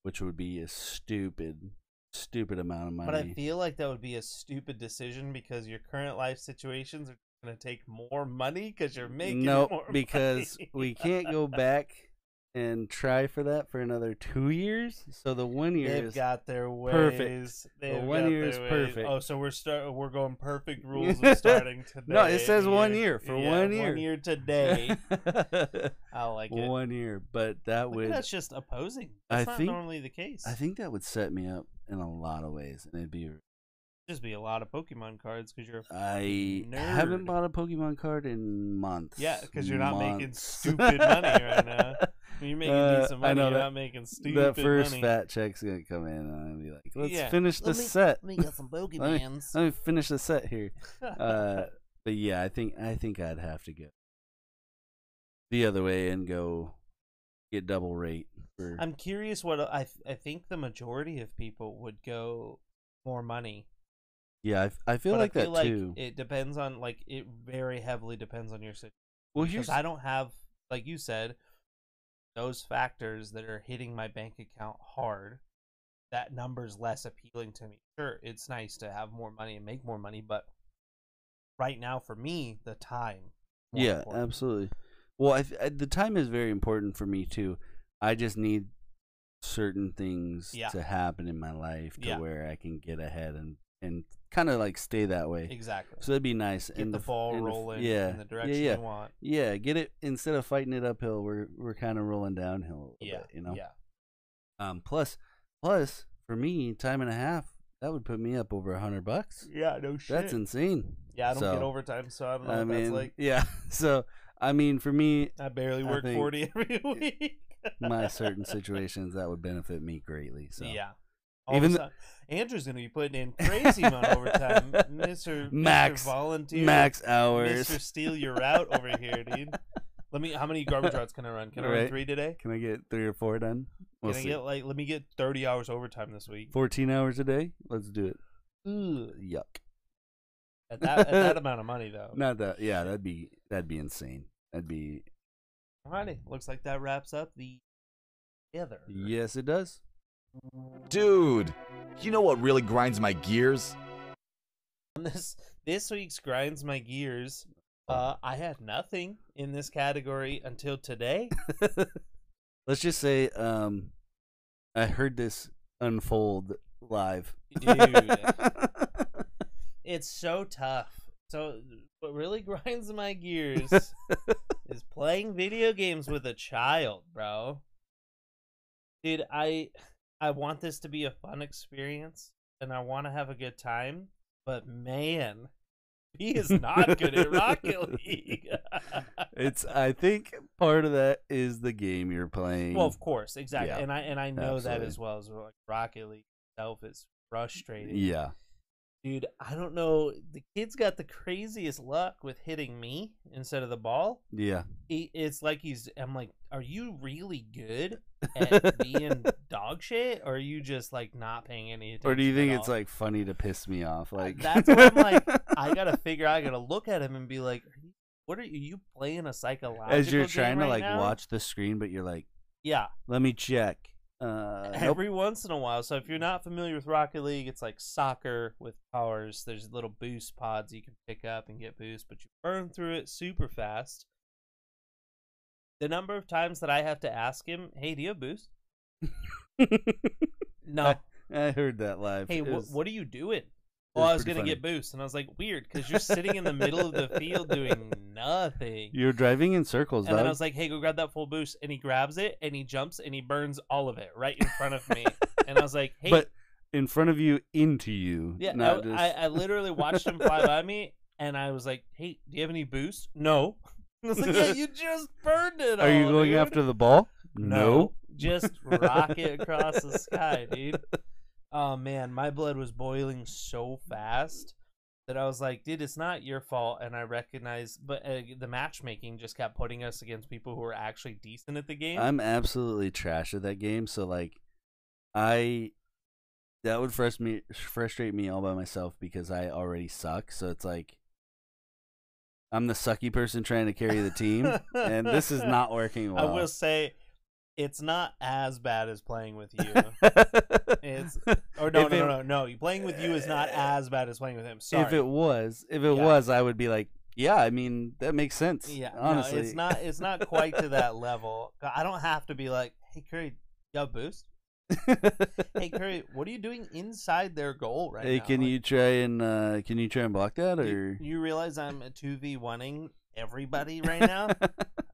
Speaker 3: which would be a stupid, stupid amount of money.
Speaker 2: But I feel like that would be a stupid decision because your current life situations are going to take more money because you're making
Speaker 3: nope,
Speaker 2: more
Speaker 3: because
Speaker 2: money.
Speaker 3: we can't go back and try for that for another two years. So the one year
Speaker 2: They've
Speaker 3: is
Speaker 2: got their ways.
Speaker 3: perfect.
Speaker 2: They've
Speaker 3: The one
Speaker 2: got their
Speaker 3: year is
Speaker 2: ways.
Speaker 3: perfect.
Speaker 2: Oh, so we're start. We're going perfect rules of starting today.
Speaker 3: No, it says one year, for
Speaker 2: Yeah,
Speaker 3: one year.
Speaker 2: One year today. I like it.
Speaker 3: one year, but that
Speaker 2: Look,
Speaker 3: would
Speaker 2: that's just opposing.
Speaker 3: I
Speaker 2: That's not
Speaker 3: think-
Speaker 2: normally the case.
Speaker 3: I think that would set me up in a lot of ways, and it'd be.
Speaker 2: just be a lot of Pokemon cards because you're.
Speaker 3: I
Speaker 2: Nerd.
Speaker 3: haven't bought a Pokemon card in months.
Speaker 2: Yeah, 'cause you're not making
Speaker 3: Months.
Speaker 2: stupid money right now. You're making
Speaker 3: Uh,
Speaker 2: decent
Speaker 3: I
Speaker 2: money.
Speaker 3: know
Speaker 2: You're
Speaker 3: that-
Speaker 2: not making stupid
Speaker 3: that first
Speaker 2: money.
Speaker 3: fat check's gonna come in, and I'm gonna be like, "Let's
Speaker 2: Yeah.
Speaker 3: finish
Speaker 2: Let
Speaker 3: this
Speaker 2: me-
Speaker 3: set.
Speaker 2: Let me get some Pokemons.
Speaker 3: Let me finish the set here." Uh, but yeah, I think I think I'd have to go the other way and go get double rate for.
Speaker 2: I'm curious what uh, I th- I think the majority of people would go more money.
Speaker 3: yeah, I f- I, feel
Speaker 2: but
Speaker 3: like
Speaker 2: I
Speaker 3: that
Speaker 2: feel like
Speaker 3: too.
Speaker 2: It depends on like it very heavily depends on your situation.
Speaker 3: well,
Speaker 2: Because
Speaker 3: here's
Speaker 2: I don't have like you said those factors that are hitting my bank account hard. That number's less appealing to me. Sure, it's nice to have more money and make more money, but right now for me, the time. more
Speaker 3: yeah
Speaker 2: important.
Speaker 3: absolutely well I, th- I, the time is very important for me too i just need certain things
Speaker 2: Yeah.
Speaker 3: to happen in my life to
Speaker 2: Yeah.
Speaker 3: where i can get ahead and and kind of like stay that way
Speaker 2: Exactly.
Speaker 3: so that'd be nice
Speaker 2: Get
Speaker 3: and
Speaker 2: the
Speaker 3: f-
Speaker 2: ball
Speaker 3: and f-
Speaker 2: rolling
Speaker 3: yeah
Speaker 2: in the direction
Speaker 3: yeah yeah
Speaker 2: you want.
Speaker 3: yeah get it instead of fighting it uphill we're we're kind of rolling downhill a little
Speaker 2: Yeah,
Speaker 3: bit you know
Speaker 2: Yeah.
Speaker 3: um plus plus for me time and a half that would put me up over a hundred bucks
Speaker 2: Yeah, no shit.
Speaker 3: that's insane
Speaker 2: Yeah, I don't get
Speaker 3: So,
Speaker 2: overtime, so I don't know
Speaker 3: i
Speaker 2: what
Speaker 3: mean
Speaker 2: that's like.
Speaker 3: yeah so i mean for me
Speaker 2: I barely
Speaker 3: I
Speaker 2: work
Speaker 3: think-
Speaker 2: forty every week.
Speaker 3: my certain situations that would benefit me greatly. So
Speaker 2: Yeah. All
Speaker 3: Even
Speaker 2: Even
Speaker 3: th-
Speaker 2: Andrew's gonna be putting in crazy amount of overtime, Mister
Speaker 3: Max-
Speaker 2: Volunteer,
Speaker 3: max hours.
Speaker 2: Mister Steal Your Route over here, dude. Let me. How many garbage routes can I run? Can I run
Speaker 3: Right.
Speaker 2: three today?
Speaker 3: Can I get three or four done? We'll
Speaker 2: can
Speaker 3: see.
Speaker 2: I get like? Let me get thirty hours overtime this week.
Speaker 3: Fourteen hours a day. Let's do it.
Speaker 2: Ugh.
Speaker 3: Yuck.
Speaker 2: At that, at that amount of money, though.
Speaker 3: Not that. Yeah, that'd be that'd be insane. That'd be.
Speaker 2: Alrighty, looks like that wraps up the other.
Speaker 3: Yes, it does.
Speaker 1: Dude, you know what really grinds my gears?
Speaker 2: On this this week's grinds my gears. Uh, I had nothing in this category until today.
Speaker 3: Let's just say um, I heard this unfold live.
Speaker 2: Dude, it's so tough. So, what really grinds my gears is playing video games with a child, bro. Dude, I I want this to be a fun experience and I want to have a good time, but man, he is not good at Rocket League.
Speaker 3: it's I think part of that is the game you're playing.
Speaker 2: well, of course, exactly,
Speaker 3: Yeah,
Speaker 2: and I and I know that
Speaker 3: absolutely.
Speaker 2: as well as like Rocket League itself is frustrating.
Speaker 3: yeah.
Speaker 2: Dude, I don't know. The kid's got the craziest luck with hitting me instead of the ball.
Speaker 3: Yeah.
Speaker 2: He, it's like he's. I'm like, are you really good at being dog shit, or are you just like not paying any attention?
Speaker 3: Or do you think
Speaker 2: at
Speaker 3: it's
Speaker 2: all?
Speaker 3: like funny to piss me off? Like
Speaker 2: that's what I'm like, I gotta figure. out, I gotta look at him and be like, are you, what are you, you playing a psychological?
Speaker 3: as you're
Speaker 2: game
Speaker 3: trying to
Speaker 2: right
Speaker 3: like
Speaker 2: now?
Speaker 3: watch the screen, but you're like,
Speaker 2: Yeah,
Speaker 3: let me check. Uh, nope. Mm-hmm.
Speaker 2: every once in a while. So if you're not familiar with Rocket League, it's like soccer with powers. There's little boost pods you can pick up and get boost, but you burn through it super fast. The number of times that I have to ask him, "Hey, do you have boost?" No.
Speaker 3: I heard that live.
Speaker 2: hey,
Speaker 3: It
Speaker 2: wha
Speaker 3: was-
Speaker 2: what are you doing?
Speaker 3: it
Speaker 2: Oh,
Speaker 3: was
Speaker 2: I was
Speaker 3: pretty
Speaker 2: gonna get boost, and I was like, weird, because you're sitting in the middle of the field doing nothing.
Speaker 3: You're driving in circles,
Speaker 2: And then I
Speaker 3: dog.
Speaker 2: was like, hey, go grab that full boost. And he grabs it and he jumps and he burns all of it right in front of me. and I was like, hey,
Speaker 3: But in front of you, into you,
Speaker 2: yeah, I,
Speaker 3: not just.
Speaker 2: I, I literally watched him fly by me and I was like, hey, do you have any boost? No. I was like, yeah, you just burned it.
Speaker 3: are you
Speaker 2: all,
Speaker 3: going
Speaker 2: dude."
Speaker 3: after the ball?
Speaker 2: No, just rocket across the sky, dude. Oh man, my blood was boiling so fast that I was like, dude, it's not your fault. And I recognized, but uh, the matchmaking just kept putting us against people who were actually decent at the game.
Speaker 3: I'm absolutely trash at that game. So like, I that would frust me, frustrate me all by myself because I already suck. So it's like I'm the sucky person trying to carry the team, and this is not working
Speaker 2: I
Speaker 3: well.
Speaker 2: will say, it's not as bad as playing with you. It's- or no,
Speaker 3: If
Speaker 2: no,
Speaker 3: it- Uh,
Speaker 2: no, no, no. Playing with you is not as bad as playing with him. Sorry.
Speaker 3: if it was, if it
Speaker 2: Yeah.
Speaker 3: was, I would be like, yeah, I mean that makes sense.
Speaker 2: Yeah,
Speaker 3: honestly,
Speaker 2: no, it's not. It's not quite to that level. I don't have to be like, hey Curry, you have boost. Hey Curry, what are you doing inside their goal right
Speaker 3: hey,
Speaker 2: now?
Speaker 3: can
Speaker 2: Like,
Speaker 3: you try and uh, can you try and block that
Speaker 2: do-
Speaker 3: or?
Speaker 2: do you realize I'm a two v oneing everybody right now?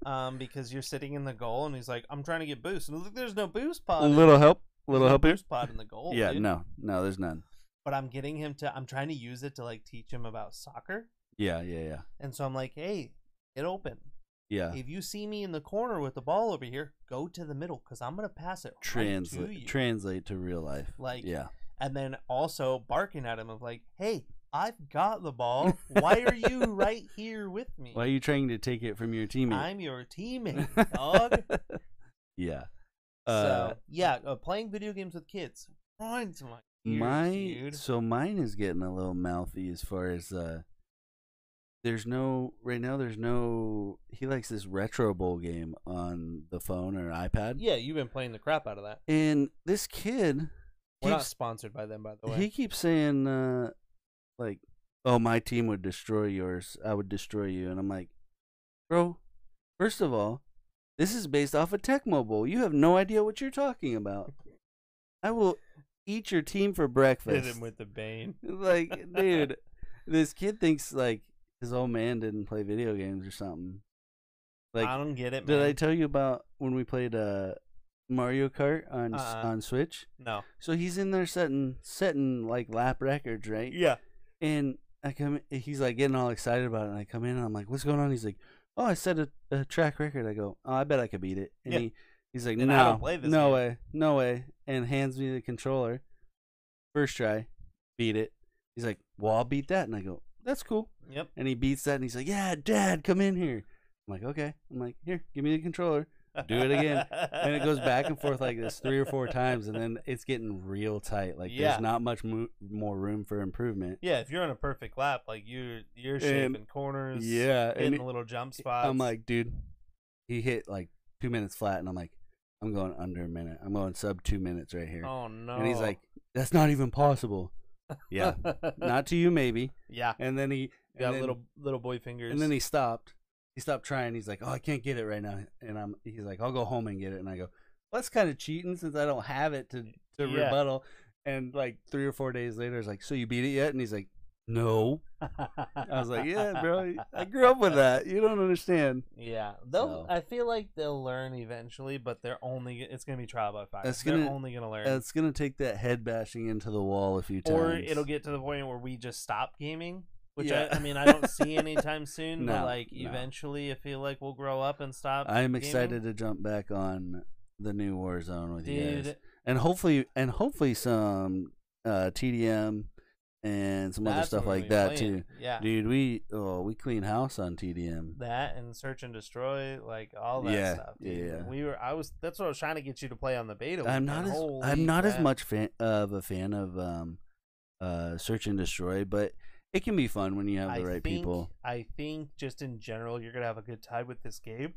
Speaker 2: um, because you're sitting in the goal, and he's like, I'm trying to get boost, and look, there's no boost pod.
Speaker 3: a
Speaker 2: in-
Speaker 3: little help,
Speaker 2: uh, there's
Speaker 3: little
Speaker 2: no
Speaker 3: help here.
Speaker 2: boost pod in the goal.
Speaker 3: Yeah,
Speaker 2: dude.
Speaker 3: no, no, there's none.
Speaker 2: But I'm getting him to. I'm trying to use it to like teach him about soccer,
Speaker 3: Yeah, yeah, yeah,
Speaker 2: and so I'm like, hey, get open.
Speaker 3: yeah.
Speaker 2: If you see me in the corner with the ball over here, go to the middle because I'm gonna pass it right to you.
Speaker 3: translate translate to real life.
Speaker 2: Like-
Speaker 3: yeah,
Speaker 2: and then also barking at him of like, "Hey, I've got the ball. Why are you right here with me?
Speaker 3: why are you trying to take it from your teammate?
Speaker 2: I'm your teammate, dog."
Speaker 3: Uh, yeah. Uh,
Speaker 2: so yeah, uh, playing video games with kids grinds my gears,
Speaker 3: my
Speaker 2: dude.
Speaker 3: so mine is getting a little mouthy as far as uh there's no right now there's no he likes this retro bowl game on the phone or iPad.
Speaker 2: Yeah, you've been playing the crap out of that.
Speaker 3: And this kid
Speaker 2: We're not
Speaker 3: keeps-
Speaker 2: sponsored by them, by the way.
Speaker 3: he keeps saying uh like oh my team would destroy yours. I would destroy you and I'm like bro first of all this is based off of Tech Mobile. You have no idea what you're talking about. I will eat your team for breakfast.
Speaker 2: Hit him with the bane.
Speaker 3: like, dude, this kid thinks like his old man didn't play video games or something.
Speaker 2: I
Speaker 3: Like,
Speaker 2: don't get it,
Speaker 3: did I
Speaker 2: man.
Speaker 3: tell you about when we played uh, Mario Kart on s-
Speaker 2: Uh-uh.
Speaker 3: on Switch?
Speaker 2: no.
Speaker 3: So he's in there setting setting like lap records, right?
Speaker 2: Yeah.
Speaker 3: And I come, in- he's like getting all excited about it, and I come in and I'm like, "What's going on?" He's like, "Oh, I set a, a track record." I go, "Oh, I bet I could beat it." And
Speaker 2: Yeah.
Speaker 3: he, he's like,
Speaker 2: And
Speaker 3: "No,
Speaker 2: I don't play this
Speaker 3: no
Speaker 2: game."
Speaker 3: way, no way," and hands me the controller. First try, beat it. He's like, "Well, I'll beat that," and I go, "That's cool."
Speaker 2: Yep.
Speaker 3: And he beats that, and he's like, "Yeah, Dad, come in here." I'm like, "Okay." I'm like, "Here, give me the controller." Do it again. And it goes back and forth like this three or four times, and then it's getting real tight. Like
Speaker 2: Yeah.
Speaker 3: there's not much mo- more room for improvement.
Speaker 2: Yeah, if you're on a perfect lap, like you're you're
Speaker 3: And-
Speaker 2: shaping corners.
Speaker 3: Yeah, and
Speaker 2: hitting
Speaker 3: it-
Speaker 2: the little jump spots.
Speaker 3: I'm like, dude, he hit like two minutes flat, and I'm like, I'm going under a minute. I'm going sub two minutes right here.
Speaker 2: Oh no.
Speaker 3: And he's like, that's not even possible. Yeah. not to you, maybe.
Speaker 2: yeah.
Speaker 3: And then he and
Speaker 2: Got
Speaker 3: then-
Speaker 2: little little boy fingers.
Speaker 3: and then he stopped. He stopped trying. He's like, "Oh, I can't get it right now." And I'm, he's like, "I'll go home and get it." And I go, well, "That's kind of cheating since I don't have it to to
Speaker 2: Yeah.
Speaker 3: rebuttal." And like three or four days later, it's like, "So you beat it yet?" And he's like, "No." I was like, "Yeah, bro. I grew up with that. You don't understand."
Speaker 2: Yeah, they'll.
Speaker 3: So-
Speaker 2: I feel like they'll learn eventually, but they're only. It's gonna be trial by fire.
Speaker 3: That's
Speaker 2: they're
Speaker 3: gonna-
Speaker 2: only gonna learn,
Speaker 3: It's gonna take that head bashing into the wall a few times,
Speaker 2: or it'll get to the point where we just stop gaming. Which
Speaker 3: Yeah.
Speaker 2: I, I mean, I don't see anytime soon. but
Speaker 3: No,
Speaker 2: like
Speaker 3: no.
Speaker 2: eventually, I feel like we'll grow up and stop.
Speaker 3: I'm
Speaker 2: gaming.
Speaker 3: excited to jump back on the new Warzone with you
Speaker 2: dude.
Speaker 3: guys, and hopefully, and hopefully some uh, TDM and some other
Speaker 2: that's
Speaker 3: stuff
Speaker 2: what
Speaker 3: like
Speaker 2: we're
Speaker 3: that
Speaker 2: playing.
Speaker 3: too.
Speaker 2: Yeah,
Speaker 3: Dude, we oh we clean house on TDM.
Speaker 2: that and search and destroy, like all that
Speaker 3: Yeah,
Speaker 2: stuff. Dude.
Speaker 3: yeah.
Speaker 2: We were. I was. That's what I was trying to get you to play on the beta. weekend.
Speaker 3: I'm not as
Speaker 2: Holy
Speaker 3: I'm not as
Speaker 2: crap.
Speaker 3: much fan of a fan of um uh search and destroy, but it can be fun when you have the right
Speaker 2: think,
Speaker 3: people.
Speaker 2: I think just in general, you're gonna have a good time with this game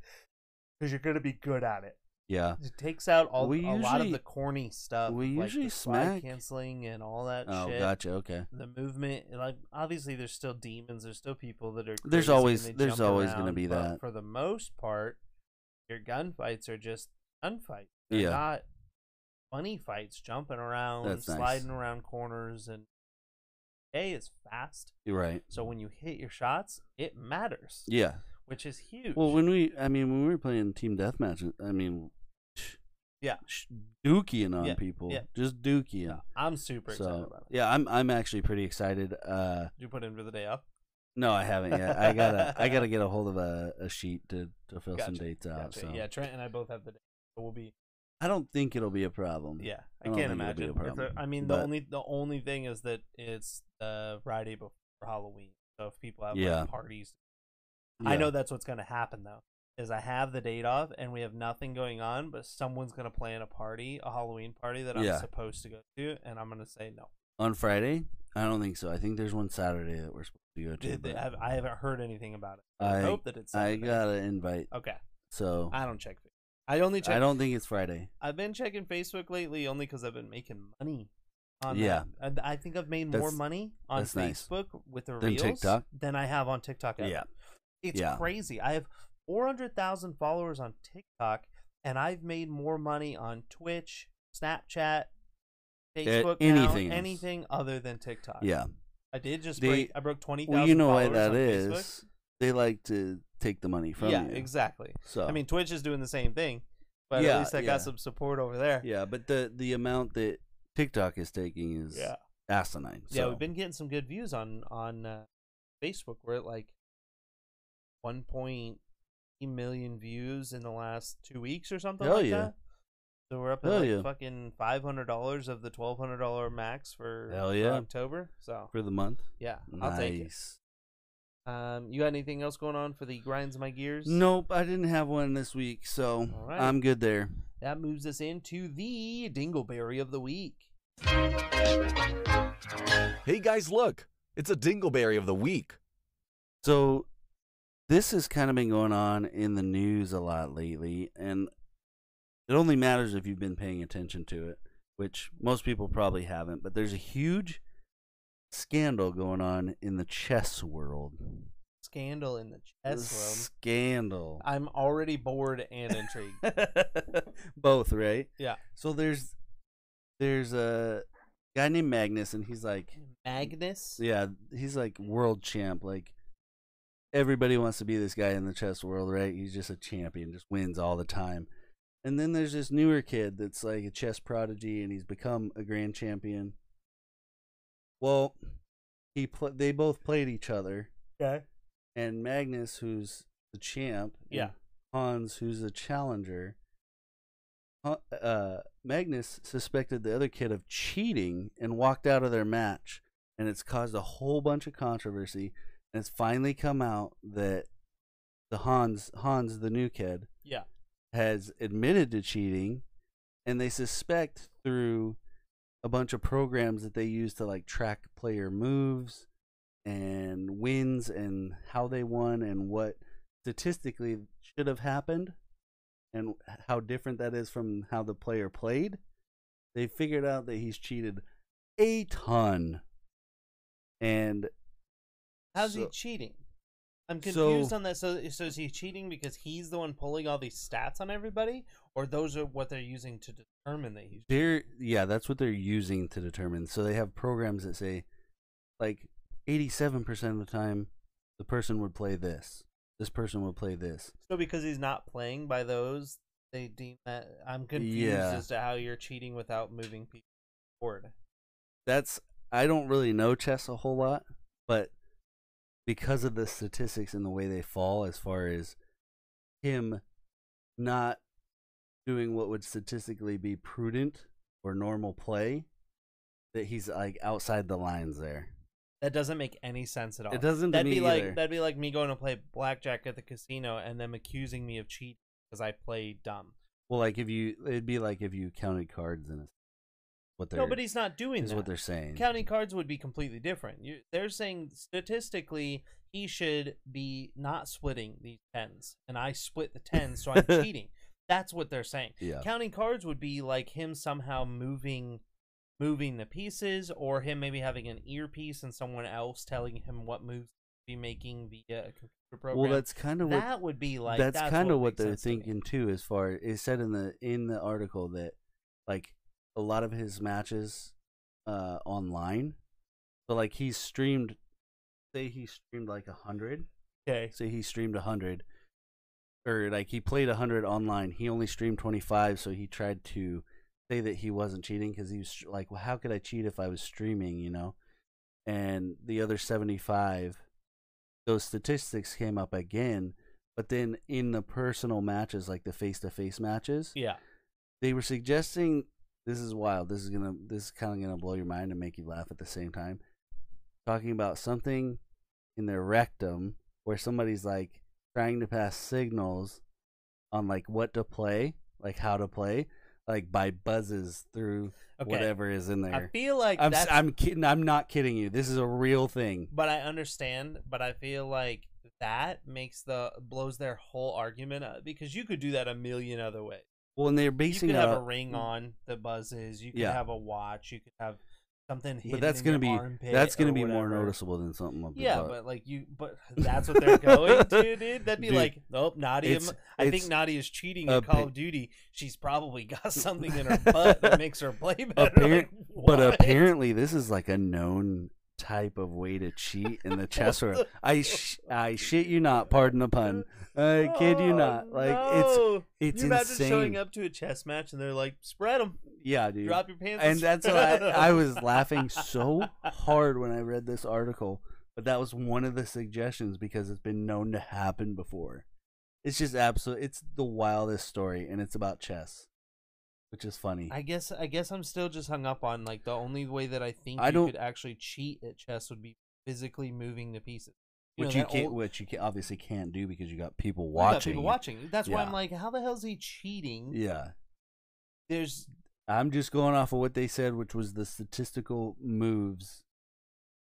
Speaker 2: because you're gonna be good at it.
Speaker 3: Yeah.
Speaker 2: It takes out all
Speaker 3: We
Speaker 2: a lot of
Speaker 3: usually-
Speaker 2: the corny stuff.
Speaker 3: we
Speaker 2: like
Speaker 3: usually
Speaker 2: the slide
Speaker 3: smack-
Speaker 2: canceling and all that
Speaker 3: Oh,
Speaker 2: shit.
Speaker 3: gotcha. Okay.
Speaker 2: The movement, and, like obviously, there's still demons. There's still people that are.
Speaker 3: There's
Speaker 2: crazy and
Speaker 3: always-
Speaker 2: they
Speaker 3: there's
Speaker 2: jump
Speaker 3: always gonna
Speaker 2: around,
Speaker 3: be
Speaker 2: but
Speaker 3: that.
Speaker 2: For the most part, your gunfights are just gunfights. They're
Speaker 3: Yeah.
Speaker 2: not funny fights, jumping around,
Speaker 3: That's nice.
Speaker 2: sliding around corners, and a is fast.
Speaker 3: You're right.
Speaker 2: So when you hit your shots, it matters,
Speaker 3: Yeah.
Speaker 2: which is huge.
Speaker 3: Well, when we I mean when we were playing team deathmatch, uh, I mean
Speaker 2: Yeah.
Speaker 3: sh- Dookie on
Speaker 2: Yeah,
Speaker 3: people.
Speaker 2: yeah.
Speaker 3: Just dookie.
Speaker 2: I'm super excited
Speaker 3: So
Speaker 2: about it.
Speaker 3: yeah, I'm I'm actually pretty excited. Uh
Speaker 2: Did you put in for the day off?
Speaker 3: no, I haven't yet. I gotta I gotta get a hold of a, a sheet to, to fill some
Speaker 2: Gotcha,
Speaker 3: dates out.
Speaker 2: Gotcha.
Speaker 3: So
Speaker 2: Yeah, Trent and I both have the day, so we'll be.
Speaker 3: I don't think it'll be a problem.
Speaker 2: Yeah, I,
Speaker 3: Mm. I don't
Speaker 2: can't
Speaker 3: think it'll be a
Speaker 2: imagine. It's a-
Speaker 3: problem,
Speaker 2: I mean, the
Speaker 3: but-
Speaker 2: only the only thing is that it's the Friday before Halloween, so if people have
Speaker 3: Yeah.
Speaker 2: like, parties, I know that's what's gonna happen though. Is I have the date off and we have nothing going on, but someone's gonna plan a party, a Halloween party that I'm
Speaker 3: Yeah.
Speaker 2: supposed to go to, and I'm gonna say no.
Speaker 3: on Friday. I don't think so. I think there's one Saturday that we're supposed to go to.
Speaker 2: Did they-
Speaker 3: but
Speaker 2: I've- I haven't heard anything about it. I,
Speaker 3: I-
Speaker 2: hope that it's.
Speaker 3: I
Speaker 2: Saturday.
Speaker 3: got an invite,
Speaker 2: Okay,
Speaker 3: so I,
Speaker 2: I don't check. I only check.
Speaker 3: don't think it's Friday.
Speaker 2: I've been checking Facebook lately only because I've been making money. On
Speaker 3: Yeah.
Speaker 2: that. And I think I've made more
Speaker 3: That's-
Speaker 2: money on
Speaker 3: that's nice.
Speaker 2: Facebook with the
Speaker 3: Than
Speaker 2: reels
Speaker 3: TikTok?
Speaker 2: than I have on TikTok. ever.
Speaker 3: Yeah.
Speaker 2: it's
Speaker 3: Yeah.
Speaker 2: crazy. I have four hundred thousand followers on TikTok, and I've made more money on Twitch, Snapchat, Facebook, now,
Speaker 3: anything else.
Speaker 2: anything other than TikTok.
Speaker 3: Yeah.
Speaker 2: I did just
Speaker 3: They-
Speaker 2: break. I broke twenty thousand.
Speaker 3: Well, you know why
Speaker 2: followers
Speaker 3: that
Speaker 2: on
Speaker 3: is.
Speaker 2: Facebook.
Speaker 3: They like to take the money from
Speaker 2: Yeah,
Speaker 3: you.
Speaker 2: exactly.
Speaker 3: So
Speaker 2: I mean, Twitch is doing the same thing, but at
Speaker 3: Yeah,
Speaker 2: least I
Speaker 3: yeah.
Speaker 2: got some support over there.
Speaker 3: yeah, but the the amount that TikTok is taking is
Speaker 2: yeah.
Speaker 3: asinine.
Speaker 2: Yeah,
Speaker 3: so-
Speaker 2: we've been getting some good views on on uh, Facebook. We're at like 1.8 million views in the last two weeks or something
Speaker 3: Hell
Speaker 2: like
Speaker 3: yeah.
Speaker 2: that. So we're up at
Speaker 3: Hell
Speaker 2: like
Speaker 3: yeah.
Speaker 2: fucking five hundred dollars of the twelve hundred dollar max for,
Speaker 3: Hell
Speaker 2: for
Speaker 3: yeah.
Speaker 2: October. So
Speaker 3: for the month.
Speaker 2: yeah, I'll take it.
Speaker 3: Nice.
Speaker 2: Um, you got anything else going on for the grinds my gears?
Speaker 3: Nope, I didn't have one this week, so
Speaker 2: All right.
Speaker 3: I'm good there.
Speaker 2: That moves us into the dingleberry of the week.
Speaker 1: Hey guys, look, it's a dingleberry of the week.
Speaker 3: So this has kind of been going on in the news a lot lately, and it only matters if you've been paying attention to it, which most people probably haven't. But there's a huge scandal going on in the chess world.
Speaker 2: Scandal in the chess
Speaker 3: Scandal.
Speaker 2: room. I'm already bored and intrigued.
Speaker 3: Both, right?
Speaker 2: Yeah.
Speaker 3: So there's there's a guy named Magnus, and he's like
Speaker 2: Magnus.
Speaker 3: Yeah, he's like world champ. Like everybody wants to be this guy in the chess world, right? He's just a champion, just wins all the time. And then there's this newer kid that's like a chess prodigy, and he's become a grand champion. Well, he pl- they both played each other,
Speaker 2: Okay.
Speaker 3: and Magnus, who's the champ, and
Speaker 2: Yeah.
Speaker 3: Hans, who's the challenger. Han- Uh, Magnus suspected the other kid of cheating and walked out of their match, and it's caused a whole bunch of controversy. And it's finally come out that the Hans, Hans, the new kid,
Speaker 2: Yeah.
Speaker 3: has admitted to cheating, and they suspect through a bunch of programs that they use to like track player moves and wins and how they won and what statistically should have happened. and how different that is from how the player played, they figured out that he's cheated a ton. And
Speaker 2: How's he
Speaker 3: So-
Speaker 2: cheating? I'm
Speaker 3: So-
Speaker 2: confused on that. So, so is he cheating because he's the one pulling all these stats on everybody, or those are what they're using to determine that he's?
Speaker 3: they're yeah, that's what they're using to determine. So they have programs that say like 87% of the time the person would play this. This person would play this.
Speaker 2: So because he's not playing by those, they deem that. I'm confused
Speaker 3: Yeah.
Speaker 2: as to how you're cheating without moving people forward.
Speaker 3: that's I don't really know chess a whole lot, but because of the statistics and the way they fall as far as him not doing what would statistically be prudent or normal play, that he's like outside the lines there.
Speaker 2: That doesn't make any sense at all.
Speaker 3: It doesn't to
Speaker 2: That'd
Speaker 3: me
Speaker 2: be like
Speaker 3: either.
Speaker 2: that'd be like me going to play blackjack at the casino and them accusing me of cheating because I play dumb.
Speaker 3: Well, like if you, it'd be like if you counted cards and it's what they're
Speaker 2: No, but he's not doing
Speaker 3: is
Speaker 2: that.
Speaker 3: what they're saying.
Speaker 2: counting cards would be completely different. You, they're saying statistically he should be not splitting these tens, and I split the tens, so I'm cheating. That's what they're saying.
Speaker 3: Yeah.
Speaker 2: Counting cards would be like him somehow moving, moving the pieces, or him maybe having an earpiece and someone else telling him what moves to be making via a computer program.
Speaker 3: well, that's kind of what
Speaker 2: that would be like
Speaker 3: that's, kind of what
Speaker 2: makes
Speaker 3: they're
Speaker 2: sense to me.
Speaker 3: thinking too as far it said in the in the article that like a lot of his matches uh online but like he's streamed say he streamed like a hundred
Speaker 2: Okay.
Speaker 3: say he streamed a hundred or like he played a hundred online he only streamed 25 so he tried to say that he wasn't cheating because he was str- like well how could i cheat if i was streaming you know and the other 75 those statistics came up again but then in the personal matches like the face-to-face matches
Speaker 2: Yeah.
Speaker 3: they were suggesting this is wild this is gonna this is kind of gonna blow your mind and make you laugh at the same time talking about something in their rectum where somebody's like trying to pass signals on like what to play like how to play like by buzzes through
Speaker 2: Okay.
Speaker 3: whatever is in
Speaker 2: I
Speaker 3: there
Speaker 2: feel like
Speaker 3: I'm, s-
Speaker 2: that's
Speaker 3: I'm kidding i'm not kidding you this is a real thing
Speaker 2: But I understand, but I feel like that makes the blows their whole argument up because you could do that a million other ways.
Speaker 3: well and they're
Speaker 2: You
Speaker 3: basing
Speaker 2: could
Speaker 3: it
Speaker 2: have
Speaker 3: on-
Speaker 2: a ring on that buzzes. You could
Speaker 3: Mm. Yeah.
Speaker 2: have a watch. You could have something. Hidden
Speaker 3: but that's
Speaker 2: going to
Speaker 3: gonna be that's gonna be more noticeable than something up the
Speaker 2: Yeah,
Speaker 3: butt.
Speaker 2: but like you, but that's what they're going to, dude. That'd be
Speaker 3: Dude,
Speaker 2: like, nope, Nadia.
Speaker 3: it's-
Speaker 2: I think
Speaker 3: it's
Speaker 2: Nadia is cheating
Speaker 3: a
Speaker 2: at Call
Speaker 3: pi-
Speaker 2: of Duty. She's probably got something in her butt that makes her play better.
Speaker 3: Apparent-
Speaker 2: Like, what?
Speaker 3: But apparently, this is like a known type of way to cheat in the chess
Speaker 2: What
Speaker 3: world.
Speaker 2: the
Speaker 3: I sh- I shit you not. Pardon the pun. I kid you
Speaker 2: Oh,
Speaker 3: not. Like
Speaker 2: no.
Speaker 3: it's it's
Speaker 2: you imagine
Speaker 3: insane.
Speaker 2: showing up to a chess match and they're like, spread them,
Speaker 3: Yeah, dude.
Speaker 2: drop your pants,
Speaker 3: and that's why
Speaker 2: spread
Speaker 3: I, I
Speaker 2: 'em."
Speaker 3: was laughing so hard when I read this article. But that was one of the suggestions because it's been known to happen before. It's just absolute. It's the wildest story, and it's about chess, which is funny.
Speaker 2: I guess I guess I'm still just hung up on like the only way that I think
Speaker 3: I
Speaker 2: you
Speaker 3: don't-
Speaker 2: could actually cheat at chess would be physically moving the pieces.
Speaker 3: which
Speaker 2: know,
Speaker 3: you
Speaker 2: that
Speaker 3: can't,
Speaker 2: old-
Speaker 3: which you can, obviously can't do because you got people
Speaker 2: you got
Speaker 3: watching.
Speaker 2: people watching. That's why
Speaker 3: Yeah.
Speaker 2: I'm like, how the hell is he cheating?
Speaker 3: Yeah,
Speaker 2: There's
Speaker 3: I'm just going off of what they said, which was the statistical moves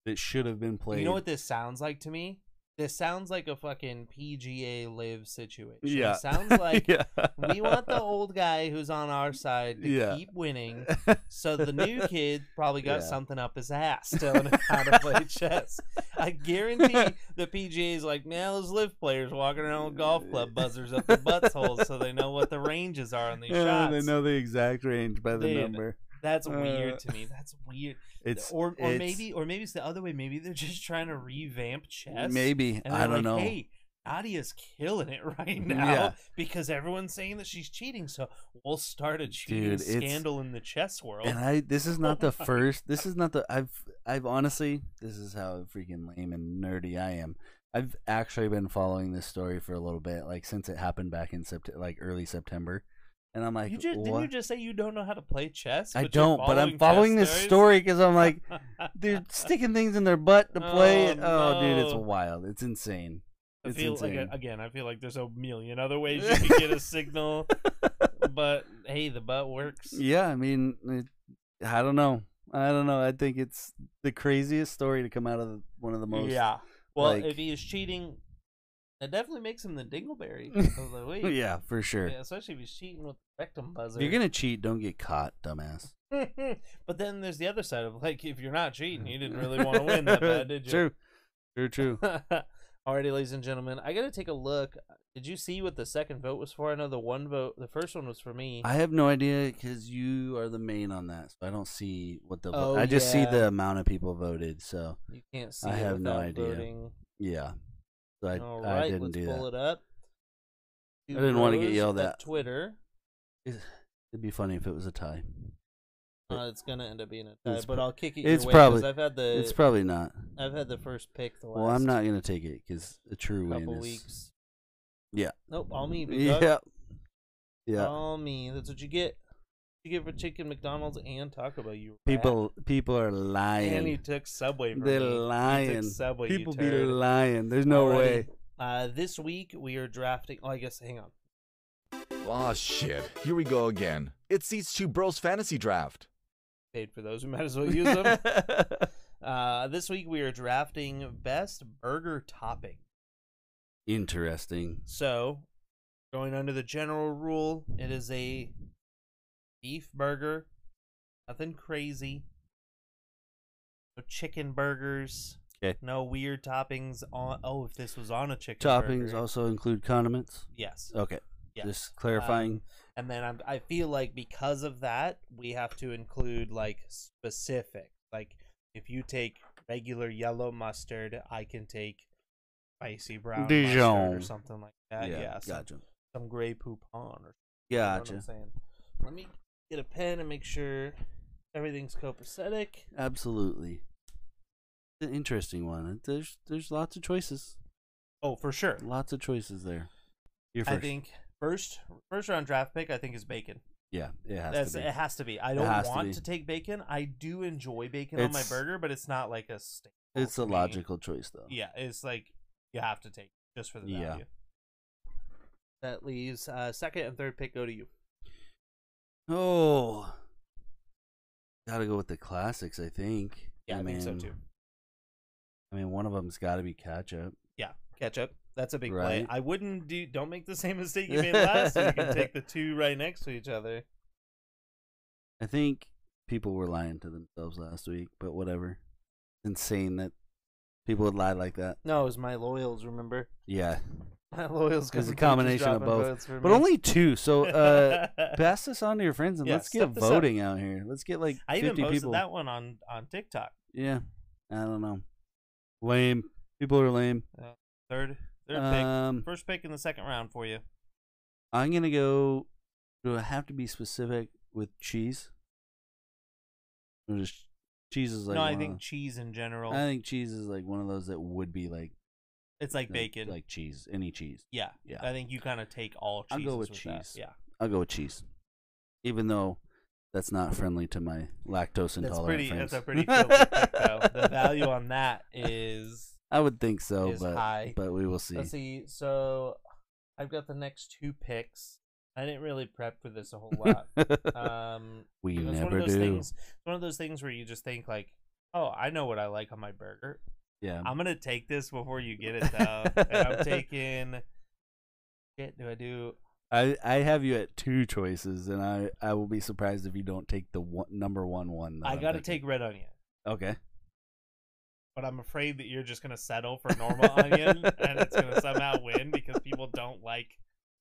Speaker 3: that should have been played.
Speaker 2: you know what this sounds like to me. This sounds like a fucking PGA live situation.
Speaker 3: Yeah,
Speaker 2: It sounds like
Speaker 3: Yeah.
Speaker 2: we want the old guy who's on our side to
Speaker 3: Yeah.
Speaker 2: keep winning. So the new kid probably got
Speaker 3: Yeah.
Speaker 2: something up his ass telling him how to play chess. I guarantee the PGA is like, man, those live players walking around with golf club buzzers up their buttholes so they know what the ranges are on these
Speaker 3: Yeah,
Speaker 2: shots.
Speaker 3: they know the exact range by the
Speaker 2: Dude,
Speaker 3: number.
Speaker 2: That's
Speaker 3: Uh,
Speaker 2: weird to me. That's weird.
Speaker 3: It's
Speaker 2: or or
Speaker 3: it's-
Speaker 2: maybe or maybe it's the other way. Maybe they're just trying to revamp chess.
Speaker 3: maybe
Speaker 2: And they're
Speaker 3: I don't
Speaker 2: like,
Speaker 3: know.
Speaker 2: Hey, Nadia's killing it right now
Speaker 3: Yeah.
Speaker 2: because everyone's saying that she's cheating. So we'll start a cheating
Speaker 3: Dude, it's-
Speaker 2: scandal in the chess world.
Speaker 3: And I this is not
Speaker 2: Oh
Speaker 3: the
Speaker 2: my
Speaker 3: first. This is not the I've I've honestly this is how freaking lame and nerdy I am. I've actually been following this story for a little bit, like since it happened back in September, like early September, and I'm like,
Speaker 2: you just, didn't
Speaker 3: what?
Speaker 2: you just say you don't know how to play chess?
Speaker 3: I
Speaker 2: but you're
Speaker 3: don't, but I'm
Speaker 2: chess
Speaker 3: following this
Speaker 2: stories?
Speaker 3: story because I'm like, they're sticking things in their butt to play.
Speaker 2: Oh,
Speaker 3: it. oh dude, it's
Speaker 2: no.
Speaker 3: wild. It's insane.
Speaker 2: I
Speaker 3: It's
Speaker 2: feel
Speaker 3: insane.
Speaker 2: like again, I feel like there's a million other ways you could get a signal, but hey, the butt works.
Speaker 3: Yeah, I mean, it, I don't know. I don't know. I think it's the craziest story to come out of one of the most.
Speaker 2: Yeah. Well,
Speaker 3: like-
Speaker 2: if he is cheating, That definitely makes him the dingleberry of the week.
Speaker 3: yeah, for sure.
Speaker 2: Yeah, especially if he's cheating with the rectum buzzer.
Speaker 3: If you're gonna cheat, don't get caught, dumbass.
Speaker 2: but then there's the other side of like, if you're not cheating, you didn't really want to win that bad, did you?
Speaker 3: True, true, true.
Speaker 2: Alrighty, ladies and gentlemen, I gotta take a look. Did you see what the second vote was for? I know the one vote, the first one was for me.
Speaker 3: I have no idea because you are the main on that, so I don't see what the.
Speaker 2: Oh,
Speaker 3: vote. I just
Speaker 2: yeah.
Speaker 3: see the amount of people voted. So
Speaker 2: you can't see.
Speaker 3: I
Speaker 2: it
Speaker 3: have no
Speaker 2: without
Speaker 3: idea.
Speaker 2: Voting.
Speaker 3: yeah, so I,
Speaker 2: All
Speaker 3: I
Speaker 2: right,
Speaker 3: didn't
Speaker 2: let's
Speaker 3: do
Speaker 2: pull
Speaker 3: that.
Speaker 2: it up.
Speaker 3: I didn't wanna get
Speaker 2: Rose
Speaker 3: yelled at.
Speaker 2: Twitter.
Speaker 3: It'd be funny if it was a tie.
Speaker 2: Uh, it's gonna end up being a tie,
Speaker 3: It's
Speaker 2: but
Speaker 3: pro-
Speaker 2: I'll kick it.
Speaker 3: it's
Speaker 2: your way 'cause
Speaker 3: probably-
Speaker 2: I've had the
Speaker 3: it's probably not.
Speaker 2: I've had the first pick the Uh, last
Speaker 3: Well, I'm not gonna take it because a true win
Speaker 2: couple
Speaker 3: is.
Speaker 2: weeks.
Speaker 3: Yeah.
Speaker 2: Nope, all me. big dog.
Speaker 3: Yeah. Yeah.
Speaker 2: All me. That's what you get. You get for chicken McDonald's and Taco Bell. You rat.
Speaker 3: people people are
Speaker 2: and you
Speaker 3: lying.
Speaker 2: took Subway. From
Speaker 3: They're
Speaker 2: me. You
Speaker 3: lying.
Speaker 2: took Subway. you
Speaker 3: People be
Speaker 2: turd.
Speaker 3: lying. There's no
Speaker 2: Alrighty.
Speaker 3: way.
Speaker 2: Uh, this week we are drafting. Oh, I guess. Hang on.
Speaker 1: Aw, shit. Here we go again. It's these two bros fantasy draft.
Speaker 2: Paid for those. We might as well use them. uh, this week we are drafting best burger topping.
Speaker 3: Interesting.
Speaker 2: So, going under the general rule, it is a beef burger, nothing crazy. No chicken burgers.
Speaker 3: 'Kay.
Speaker 2: No weird toppings on. Oh, if this was on a chicken
Speaker 3: Toppings
Speaker 2: burger. Uh,
Speaker 3: also include condiments.
Speaker 2: Yes.
Speaker 3: Okay.
Speaker 2: Yeah.
Speaker 3: Just clarifying.
Speaker 2: And then I'm, I feel like because of that, we have to include like specific. Like if you take regular yellow mustard, I can take spicy brown mustard or
Speaker 3: Dijon.
Speaker 2: something like that. Yeah. some-
Speaker 3: Gotcha.
Speaker 2: some gray poupon or You know
Speaker 3: Gotcha.
Speaker 2: what I'm saying? Let me get a pen and make sure everything's copacetic.
Speaker 3: Absolutely. It's an interesting one. There's there's lots of choices.
Speaker 2: Oh, for sure.
Speaker 3: Lots of choices there. You're first.
Speaker 2: I think first first round draft pick I think is bacon.
Speaker 3: yeah, it has
Speaker 2: That's
Speaker 3: to be.
Speaker 2: it has to be. I
Speaker 3: It
Speaker 2: don't
Speaker 3: has to
Speaker 2: want
Speaker 3: be.
Speaker 2: to, take bacon. I do enjoy bacon on my
Speaker 3: It's-
Speaker 2: burger, but it's not like a staple.
Speaker 3: it's a
Speaker 2: to me.
Speaker 3: logical choice though.
Speaker 2: Yeah, it's like you have to take it just for the
Speaker 3: Yeah.
Speaker 2: value. That leaves uh, second and third pick go to you.
Speaker 3: Oh. Gotta go with the classics, I think.
Speaker 2: Yeah, I, think so
Speaker 3: mean,
Speaker 2: too.
Speaker 3: I mean, one of them's got to be ketchup.
Speaker 2: Yeah, ketchup. That's a big play.
Speaker 3: Right.
Speaker 2: I wouldn't do. Don't make the same mistake you made last week and take the two right next to each other.
Speaker 3: I think people were lying to themselves last week, but whatever. Insane that people would lie like that.
Speaker 2: No, it was my loyals. Remember,
Speaker 3: Yeah,
Speaker 2: my loyals.
Speaker 3: It was a
Speaker 2: couldn't keep
Speaker 3: combination
Speaker 2: just
Speaker 3: of
Speaker 2: dropping
Speaker 3: both,
Speaker 2: votes for
Speaker 3: but
Speaker 2: me.
Speaker 3: only two. So uh, pass this on to your friends and
Speaker 2: Yeah,
Speaker 3: let's
Speaker 2: step
Speaker 3: get
Speaker 2: this up.
Speaker 3: voting out here. Let's get like
Speaker 2: I even
Speaker 3: fifty
Speaker 2: posted
Speaker 3: people.
Speaker 2: that one on on TikTok.
Speaker 3: Yeah, I don't know. Lame people are lame.
Speaker 2: Uh, Third, third
Speaker 3: Um,
Speaker 2: pick, first pick in the second round for you.
Speaker 3: I'm gonna go. Do I have to be specific with cheese? Or just cheese is like
Speaker 2: no,
Speaker 3: one
Speaker 2: I
Speaker 3: of
Speaker 2: think
Speaker 3: the-
Speaker 2: cheese in general.
Speaker 3: I think cheese is like one of those that would be like
Speaker 2: it's like bacon.
Speaker 3: like cheese, any cheese.
Speaker 2: yeah,
Speaker 3: yeah.
Speaker 2: I think you kind of take all.
Speaker 3: I'll
Speaker 2: cheeses
Speaker 3: go with
Speaker 2: that.
Speaker 3: cheese.
Speaker 2: Yeah,
Speaker 3: I'll go with cheese, even though that's not friendly to my lactose intolerant
Speaker 2: that's pretty.
Speaker 3: friends.
Speaker 2: That's a pretty filthy pick, though. The value on that is.
Speaker 3: I would think so,
Speaker 2: is
Speaker 3: but
Speaker 2: high.
Speaker 3: but we will see.
Speaker 2: Let's see. So, I've got the next two picks. I didn't really prep for this a whole lot. Um,
Speaker 3: we
Speaker 2: it's one
Speaker 3: never
Speaker 2: of those
Speaker 3: do.
Speaker 2: things. It's one of those things where you just think like, "Oh, I know what I like on my burger.
Speaker 3: yeah,
Speaker 2: I'm gonna take this before you get it though." and I'm taking. Shit, do I do?
Speaker 3: I I have you at two choices, and I I will be surprised if you don't take the one, number one one. that
Speaker 2: I
Speaker 3: I'm
Speaker 2: gotta
Speaker 3: taking.
Speaker 2: take red onion,
Speaker 3: Okay.
Speaker 2: but I'm afraid that you're just gonna settle for normal onion, and it's gonna somehow win because people don't like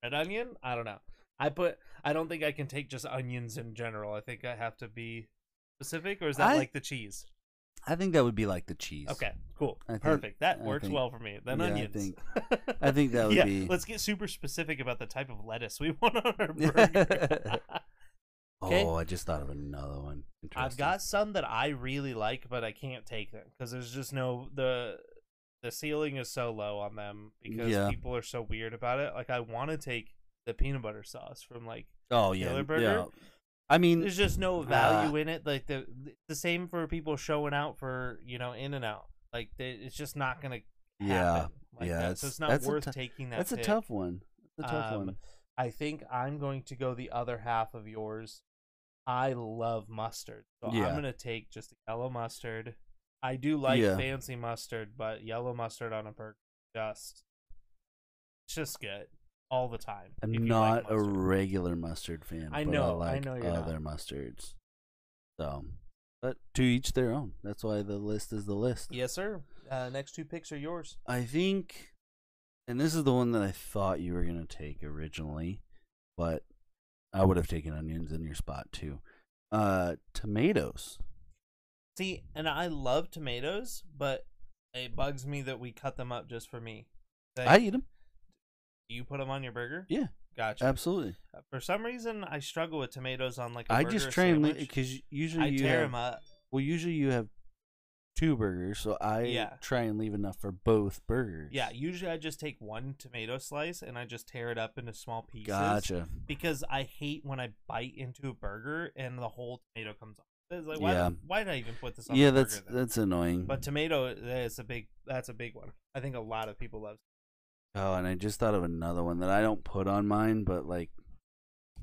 Speaker 2: red onion. I don't know. I put. I don't think I can take just onions in general. I think I have to be specific, or is that
Speaker 3: I-
Speaker 2: like the cheese?
Speaker 3: I think that would be like the cheese.
Speaker 2: Okay, cool,
Speaker 3: I think-
Speaker 2: perfect. that
Speaker 3: I
Speaker 2: works
Speaker 3: think-
Speaker 2: well for me. Then
Speaker 3: yeah, I
Speaker 2: onions.
Speaker 3: think- I think that would
Speaker 2: yeah,
Speaker 3: be-
Speaker 2: Let's get super specific about the type of lettuce we want on our burger. Okay.
Speaker 3: Oh, I just thought of another one.
Speaker 2: I've
Speaker 3: Interesting.
Speaker 2: got some that I really like, but I can't take them because there's just no the the ceiling is so low on them because
Speaker 3: Yeah.
Speaker 2: people are so weird about it. Like I want to take the peanut butter sauce from like
Speaker 3: Oh yeah,
Speaker 2: Killer Burger.
Speaker 3: yeah. I mean,
Speaker 2: there's just no value in it. Like the the same for people showing out for you know In and Out. Like they, it's just not gonna happen
Speaker 3: yeah,
Speaker 2: like
Speaker 3: yeah.
Speaker 2: that. So it's not
Speaker 3: that's a
Speaker 2: worth
Speaker 3: tou-
Speaker 2: taking that.
Speaker 3: That's a
Speaker 2: pick.
Speaker 3: tough one. That's a tough
Speaker 2: Um,
Speaker 3: one.
Speaker 2: I think I'm going to go the other half of yours. I love mustard. So
Speaker 3: Yeah.
Speaker 2: I'm going to take just the yellow mustard. I do like
Speaker 3: Yeah.
Speaker 2: fancy mustard, but yellow mustard on a burger just It's just good all the time.
Speaker 3: I'm
Speaker 2: if you like
Speaker 3: not a
Speaker 2: mustard.
Speaker 3: regular mustard fan.
Speaker 2: I
Speaker 3: but
Speaker 2: know, I
Speaker 3: I like
Speaker 2: know you're not.
Speaker 3: other mustards. So, but to each their own. That's why the list is the list.
Speaker 2: Yes, sir. Uh, next two picks are yours.
Speaker 3: I think, and this is the one that I thought you were gonna take originally, but I would have taken onions in your spot too. Uh, tomatoes.
Speaker 2: See, and I love tomatoes, but it bugs me that we cut them up just for me. Like,
Speaker 3: I eat them.
Speaker 2: you put them on your burger?
Speaker 3: Yeah,
Speaker 2: Gotcha.
Speaker 3: absolutely.
Speaker 2: For some reason, I struggle with tomatoes on like. I
Speaker 3: I just try and
Speaker 2: sandwich.
Speaker 3: because usually
Speaker 2: I
Speaker 3: you
Speaker 2: tear
Speaker 3: have,
Speaker 2: them up.
Speaker 3: well, usually you have two burgers, so I
Speaker 2: Yeah.
Speaker 3: try and leave enough for both burgers.
Speaker 2: Yeah, usually I just take one tomato slice and I just tear it up into small pieces.
Speaker 3: Gotcha.
Speaker 2: Because I hate when I bite into a burger and the whole tomato comes off. It's like, why,
Speaker 3: Yeah.
Speaker 2: why did I even put this on?
Speaker 3: Yeah,
Speaker 2: the
Speaker 3: that's
Speaker 2: burger then?
Speaker 3: that's annoying.
Speaker 2: But tomato, that's a big, that's a big one. I think a lot of people love.
Speaker 3: oh, and I just thought of another one that I don't put on mine, but like,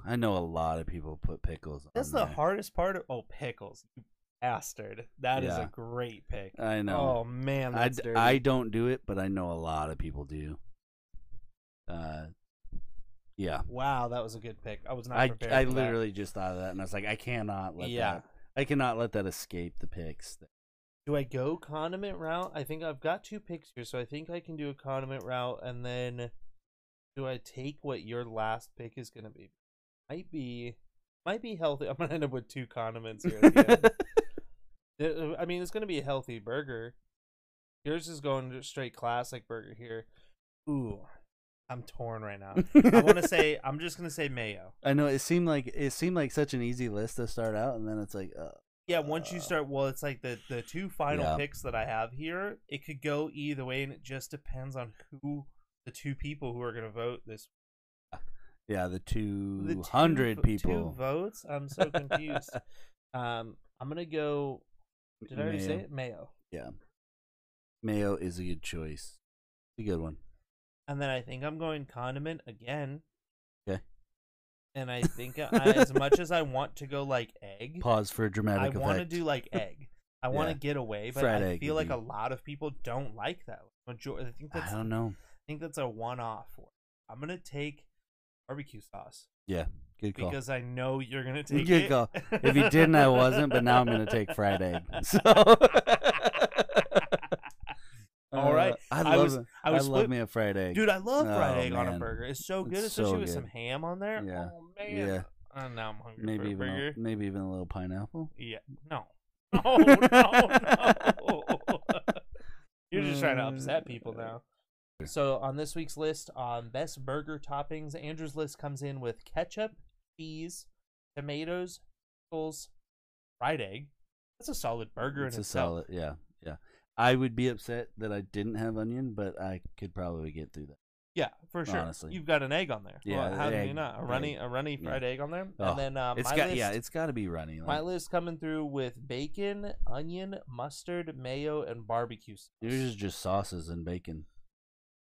Speaker 3: I know a lot of people put pickles.
Speaker 2: That's
Speaker 3: on
Speaker 2: the
Speaker 3: there.
Speaker 2: hardest part. Of, oh, pickles, you bastard! That is
Speaker 3: Yeah.
Speaker 2: a great pick.
Speaker 3: I know.
Speaker 2: Oh man,
Speaker 3: I,
Speaker 2: that's
Speaker 3: d-
Speaker 2: dirty.
Speaker 3: I don't do it, but I know a lot of people do. Uh, yeah.
Speaker 2: wow, that was a good pick. I was not
Speaker 3: I,
Speaker 2: prepared.
Speaker 3: I
Speaker 2: for that.
Speaker 3: literally just thought of that, and I was like, I cannot let
Speaker 2: yeah.
Speaker 3: that. I cannot let that escape the picks.
Speaker 2: Do I go condiment route? I think I've got two picks here, so I think I can do a condiment route, and then do I take what your last pick is going to be? Might be, might be healthy. I'm going to end up with two condiments here. At the end. Uh, I mean, it's going to be a healthy burger. Yours is going to straight classic burger here. Ooh, I'm torn right now. I want to say I'm just going to say mayo.
Speaker 3: I know it seemed like it seemed like such an easy list to start out, and then it's like, uh,
Speaker 2: Yeah, once you
Speaker 3: Uh,
Speaker 2: start, well, it's like the the two final
Speaker 3: yeah.
Speaker 2: picks that I have here. It could go either way, and it just depends on who the two people who are going to vote this.
Speaker 3: yeah, the
Speaker 2: the
Speaker 3: two
Speaker 2: two
Speaker 3: hundred
Speaker 2: vo-
Speaker 3: people.
Speaker 2: Two votes. I'm so confused. um, I'm gonna go. Did I already say
Speaker 3: Mayo.
Speaker 2: it? Mayo.
Speaker 3: Mayo is a good choice. It's a good one.
Speaker 2: And then I think I'm going condiment again.
Speaker 3: Okay.
Speaker 2: And I think I, as much as I want to go like egg,
Speaker 3: Pause for dramatic
Speaker 2: I
Speaker 3: effect.
Speaker 2: want to do like egg. I want to
Speaker 3: Yeah.
Speaker 2: get away, but
Speaker 3: Fried
Speaker 2: I
Speaker 3: egg
Speaker 2: feel
Speaker 3: would
Speaker 2: like a
Speaker 3: be-
Speaker 2: lot of people don't like that. Majority, I think
Speaker 3: I
Speaker 2: that's
Speaker 3: don't know.
Speaker 2: I think that's a one-off. one. I'm gonna take barbecue sauce
Speaker 3: Yeah, good call.
Speaker 2: because I know you're gonna take
Speaker 3: Good
Speaker 2: it.
Speaker 3: call. If you didn't, I wasn't, but now I'm gonna take fried egg. So.
Speaker 2: All right.
Speaker 3: uh, I
Speaker 2: I
Speaker 3: love.
Speaker 2: was-
Speaker 3: it.
Speaker 2: I was
Speaker 3: love
Speaker 2: split-
Speaker 3: me a fried egg.
Speaker 2: dude, I love fried
Speaker 3: Oh,
Speaker 2: egg on a
Speaker 3: man.
Speaker 2: burger. It's so good,
Speaker 3: It's
Speaker 2: especially
Speaker 3: so
Speaker 2: with some
Speaker 3: good.
Speaker 2: ham on there.
Speaker 3: Yeah.
Speaker 2: Oh man.
Speaker 3: Yeah.
Speaker 2: Oh, now I'm hungry for
Speaker 3: maybe
Speaker 2: a
Speaker 3: even
Speaker 2: burger.
Speaker 3: a, maybe even a little pineapple.
Speaker 2: Yeah. No. Oh, No. No. No. You're just trying to
Speaker 3: Mm.
Speaker 2: upset people now. So on this week's list, on best burger toppings, Andrew's list comes in with ketchup, cheese, tomatoes, pickles, fried egg. That's a solid burger
Speaker 3: it's
Speaker 2: in
Speaker 3: a
Speaker 2: itself.
Speaker 3: solid. Yeah, yeah. I would be upset that I didn't have onion, but I could probably get through that.
Speaker 2: Yeah, for sure.
Speaker 3: Honestly.
Speaker 2: You've got an egg on there.
Speaker 3: Yeah,
Speaker 2: Well, how do you
Speaker 3: egg,
Speaker 2: not? A
Speaker 3: egg,
Speaker 2: runny, a runny
Speaker 3: yeah.
Speaker 2: fried egg on there,
Speaker 3: Oh,
Speaker 2: and then uh,
Speaker 3: It's
Speaker 2: my
Speaker 3: got
Speaker 2: list.
Speaker 3: yeah, it's got to be runny.
Speaker 2: my
Speaker 3: Like,
Speaker 2: list coming through with bacon, onion, mustard, mayo, and barbecue sauce.
Speaker 3: yours is just sauces and bacon.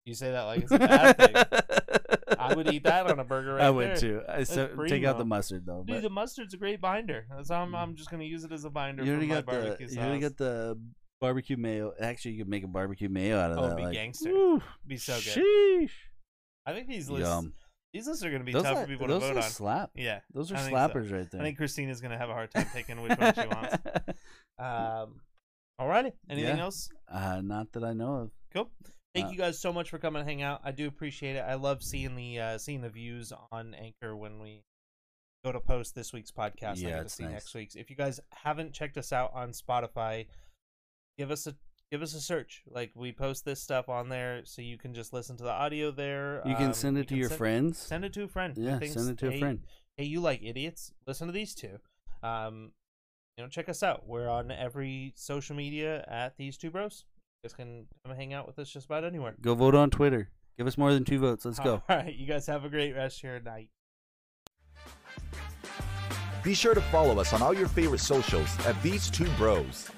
Speaker 2: You say that like it's a bad thing. I would eat that on a burger right
Speaker 3: I would
Speaker 2: there.
Speaker 3: too. I, so, take out
Speaker 2: primo.
Speaker 3: the mustard though.
Speaker 2: Dude,
Speaker 3: but- Mm.
Speaker 2: the mustard's a great binder. That's how I'm, I'm just gonna use it as a binder
Speaker 3: you
Speaker 2: for
Speaker 3: already
Speaker 2: my
Speaker 3: got the
Speaker 2: barbecue
Speaker 3: you
Speaker 2: sauce.
Speaker 3: already got the barbecue mayo. Actually, you could make a barbecue mayo out of
Speaker 2: Oh,
Speaker 3: that.
Speaker 2: be
Speaker 3: like,
Speaker 2: gangster.
Speaker 3: woo,
Speaker 2: be so good.
Speaker 3: Sheesh.
Speaker 2: I think these lists
Speaker 3: Yum.
Speaker 2: these lists are gonna be
Speaker 3: Those
Speaker 2: tough
Speaker 3: are,
Speaker 2: for people to
Speaker 3: those
Speaker 2: vote
Speaker 3: are
Speaker 2: on.
Speaker 3: slap.
Speaker 2: yeah.
Speaker 3: Those are
Speaker 2: I think so.
Speaker 3: slappers right there.
Speaker 2: I think Christina's gonna have a hard time picking which one she wants. Um Alrighty. Anything
Speaker 3: Yeah.
Speaker 2: else?
Speaker 3: uh, not that I know of.
Speaker 2: Cool. Thank
Speaker 3: Uh,
Speaker 2: you guys so much for coming to hang out. I do appreciate it. I love seeing the uh, seeing the views on Anchor when we go to post this week's podcast.
Speaker 3: Yeah,
Speaker 2: I get to
Speaker 3: it's
Speaker 2: see
Speaker 3: nice.
Speaker 2: next week's. If you guys haven't checked us out on Spotify, give us a give us a search. Like we post this stuff on there, so you can just listen to the audio there.
Speaker 3: You can
Speaker 2: Um,
Speaker 3: send it to your
Speaker 2: send-
Speaker 3: friends.
Speaker 2: Send it to a friend. who
Speaker 3: yeah,
Speaker 2: thinks,
Speaker 3: send it to a
Speaker 2: "Hey,
Speaker 3: friend.
Speaker 2: hey you like idiots listen to these two um you know check us out we're on every social media at these two bros you guys can come hang out with us just about anywhere
Speaker 3: Go vote on Twitter. Give us more than two votes. Let's go.
Speaker 2: all right you guys have a great rest of your night
Speaker 1: Be sure to follow us on all your favorite socials at These Two Bros.